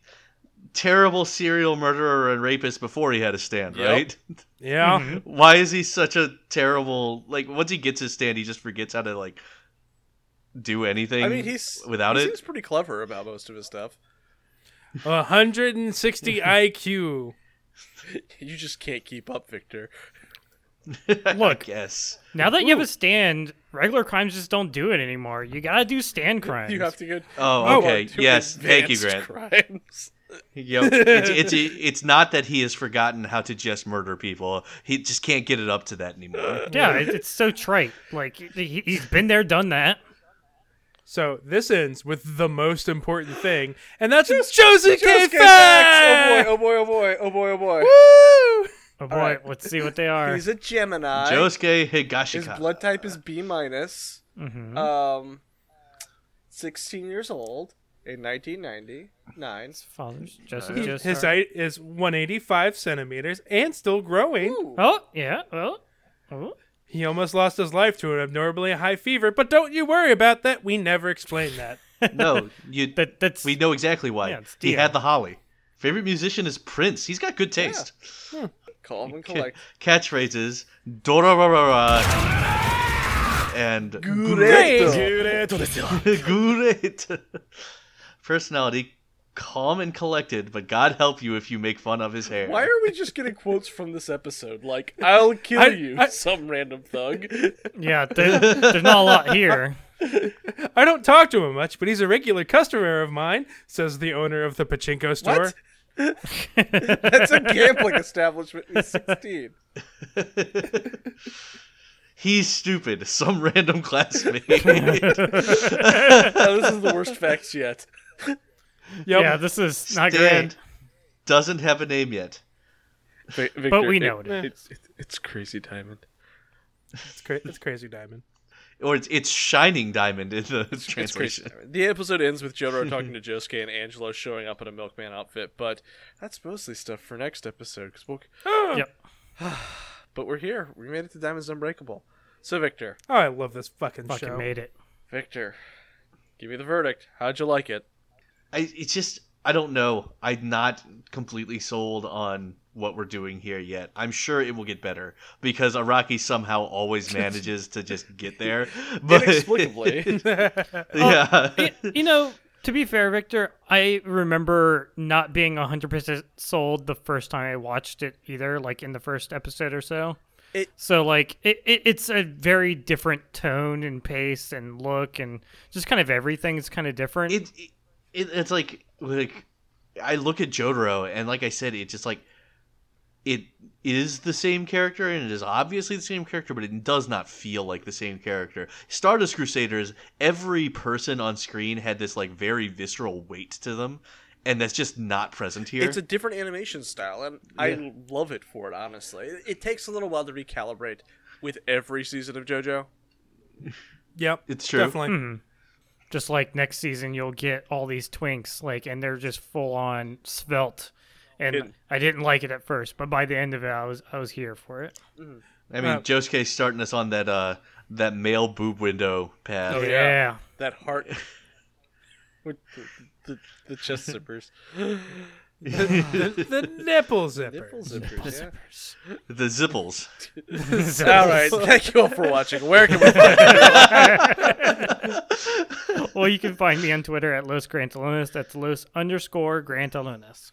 Speaker 4: terrible serial murderer and rapist before he had a stand,
Speaker 1: Yep.
Speaker 4: right? [laughs]
Speaker 3: Yeah,
Speaker 4: Why is he such a terrible? Like once he gets his stand, he just forgets how to like do anything.
Speaker 1: I mean, he's
Speaker 4: without
Speaker 1: he
Speaker 4: it.
Speaker 1: Seems pretty clever about most of his stuff.
Speaker 3: 160 IQ.
Speaker 1: You just can't keep up, Victor.
Speaker 2: Look.
Speaker 4: yes,
Speaker 2: Now that you have a stand, regular crimes just don't do it anymore. You gotta do stand crimes.
Speaker 1: You have to get.
Speaker 4: Oh, okay.
Speaker 1: on to
Speaker 4: Yes. Thank you,
Speaker 1: advanced [laughs]
Speaker 4: Grant.
Speaker 1: Crimes.
Speaker 2: [laughs]
Speaker 4: Yep. it's, it's it's not that he has forgotten how to just murder people. He just can't get it up to
Speaker 1: [laughs]
Speaker 4: that anymore.
Speaker 2: yeah, it, it's so trite. Like he, he's been there, done that.
Speaker 3: So this ends with the most important thing, and that's Joseph K.
Speaker 1: Josuke
Speaker 3: Facts.
Speaker 1: Facts! Oh boy! Oh boy! Oh boy! Oh boy!
Speaker 2: Oh boy,
Speaker 1: right.
Speaker 2: let's see what they are.
Speaker 1: He's a Gemini.
Speaker 4: Josuke
Speaker 1: His
Speaker 4: Higashika.
Speaker 1: blood type is B minus.
Speaker 2: Mhm.
Speaker 4: Hmm?
Speaker 1: Um, sixteen years old in 1999.
Speaker 2: Father's Joseph
Speaker 3: Woo! His
Speaker 2: Joestar.
Speaker 3: height is 185 centimeters and still growing.
Speaker 2: Oh yeah. Oh. Oh.
Speaker 3: He almost lost his life to an abnormally high fever, but don't you worry about that. We never explain that.
Speaker 2: [laughs]
Speaker 4: No, you.
Speaker 2: That that's
Speaker 4: we know exactly why.
Speaker 2: Yeah, it's
Speaker 4: he
Speaker 2: Dio.
Speaker 4: had the holly. Favorite musician is Prince. He's got good taste.
Speaker 1: Calm and collect.
Speaker 4: Catchphrases: Dorororora and [laughs] Great. Personality: calm and collected, but God help you if you make fun of his hair.
Speaker 1: Why are we just getting quotes from this episode? Like, I'll kill
Speaker 3: I-
Speaker 1: you,
Speaker 3: I-
Speaker 1: some random
Speaker 2: [laughs]
Speaker 1: thug.
Speaker 2: yeah. There, there's not a lot [laughs] here.
Speaker 3: I don't talk to him much, but he's a regular customer of mine, says the owner of the pachinko store.
Speaker 1: What? That's a gambling establishment. He's
Speaker 2: [laughs]
Speaker 1: 16.
Speaker 4: He's stupid. [laughs] Some random
Speaker 2: [laughs]
Speaker 4: classmate.
Speaker 1: Oh, this is the worst facts yet.
Speaker 3: Yep.
Speaker 2: Yeah, this is not
Speaker 4: Dan
Speaker 2: great.
Speaker 4: doesn't have a name yet.
Speaker 2: But we know it is.
Speaker 1: it's crazy diamond.
Speaker 3: It's, cra- it's crazy, Diamond.
Speaker 4: Or it's, it's shining diamond in the
Speaker 1: It's crazy.
Speaker 4: translation.
Speaker 1: diamond. The episode ends with
Speaker 2: [laughs]
Speaker 1: Jotaro talking to Josuke and Angelo showing up in a milkman outfit, but that's mostly stuff for next episode. Cause we'll...
Speaker 2: Yep.
Speaker 1: But we're here. We made it to Diamonds Unbreakable. So, Victor,
Speaker 3: Oh, I love this fucking,
Speaker 2: Fucking
Speaker 3: show.
Speaker 2: made it.
Speaker 1: Victor, give me the verdict. How'd you like it?
Speaker 4: I, it's just I don't know. I'm not completely sold on what we're doing here yet. I'm sure it will get better because Araki somehow always manages to just get there. But
Speaker 1: Inexplicably.
Speaker 4: [laughs]
Speaker 2: Um,
Speaker 4: yeah.
Speaker 2: you know, to be fair, Victor, I remember not being 100% sold the first time I watched it either, like in the first episode or so.
Speaker 1: It-
Speaker 2: so, like, it, it, it's a very different tone and pace and look and just kind of everything's kind of different.
Speaker 4: it, it it's like like I look at Jotaro and like I said, it just like it is the same character and it is obviously the same character, but it does not feel like the same character. Stardust Crusaders, every person on screen had this like very visceral weight to them, and that's just not present here.
Speaker 1: It's a different animation style, and I love it for it, honestly. It, it takes a little while to recalibrate with every season of JoJo.
Speaker 3: Yep.
Speaker 4: It's true.
Speaker 3: Definitely.
Speaker 2: Just like next season, you'll get all these twinks, like, and they're just full on svelte. And
Speaker 1: It-
Speaker 2: I didn't like it at first, but by the end of it, I was I was here for it.
Speaker 4: I mean, Josuke's starting us on that uh that male boob window path.
Speaker 1: Oh, yeah.
Speaker 2: yeah.
Speaker 1: That heart. With the, the, the chest zippers.
Speaker 3: The nipple zipper.
Speaker 1: Nipple [laughs] zippers, yeah.
Speaker 4: The zipples. [laughs]
Speaker 1: All right. Thank you all for watching. Where can we
Speaker 2: well, you can find me on Twitter at Los Grantalonis. That's Los underscore Grantalonis.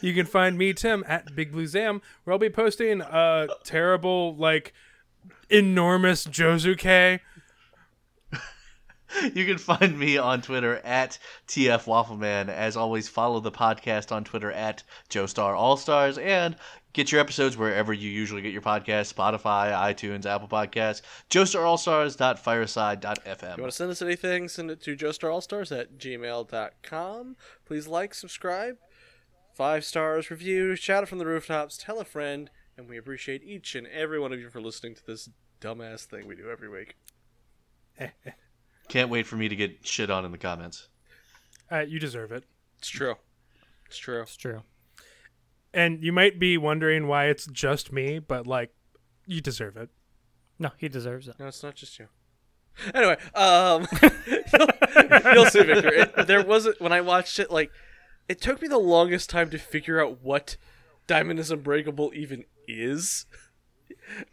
Speaker 3: You can find me, Tim, at Big Blue Zam, where I'll be posting a terrible, like, enormous Jozuke.
Speaker 4: You can find me on Twitter at TF Waffleman. As always, follow the podcast on Twitter at Joestar All Stars and get your episodes wherever you usually get your podcasts Spotify, iTunes, Apple Podcasts, joestarallstars.fireside.fm.
Speaker 1: You want to send us anything, send it to joestarallstars at gmail.com. Please like, subscribe, five stars, review, shout it from the rooftops, tell a friend, and we appreciate each and every one of you for listening to this dumbass thing we do every week.
Speaker 4: Can't wait for me to get shit on in the comments.
Speaker 3: Uh, you deserve it.
Speaker 1: It's true. It's true.
Speaker 2: It's true.
Speaker 3: And you might be wondering why it's just me, but, like, you deserve it.
Speaker 2: No, he deserves it.
Speaker 1: No, it's not just you. Anyway, um, [laughs] you'll, you'll see, Victor. It, there wasn't when I watched it. Like, it took me the longest time to figure out what Diamond is Unbreakable even is.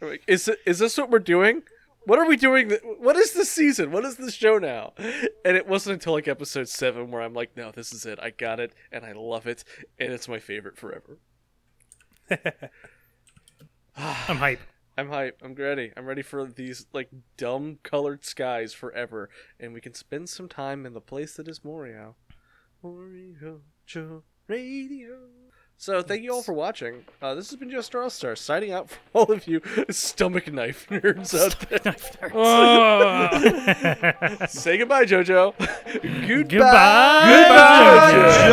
Speaker 1: I'm Like, is it, is this what we're doing? What are we doing? th- What is this season? What is this show now? And it wasn't until like episode seven where I'm like, no, this is it. I got it, and I love it, and it's my favorite forever.
Speaker 2: I'm hype.
Speaker 1: I'm hype. I'm ready. I'm ready for these like dumb colored skies forever, and we can spend some time in the place that is Morio. Morio Joe Radio. So thank you all for watching. Uh, this has been Just All Star signing out for all of you stomach knife nerds out there. Say goodbye, JoJo. [laughs] goodbye.
Speaker 2: Goodbye.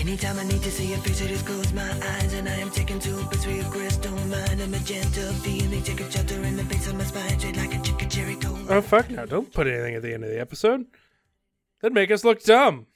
Speaker 10: Anytime I need to see a face, I just close my eyes and I am taken to a place where crystal mind, a magenta feeling, take a shelter in the base of my spine, straight like a chicken cherry cola.
Speaker 3: Oh, fuck no. Don't put anything at the end of the episode. That'd make us look dumb.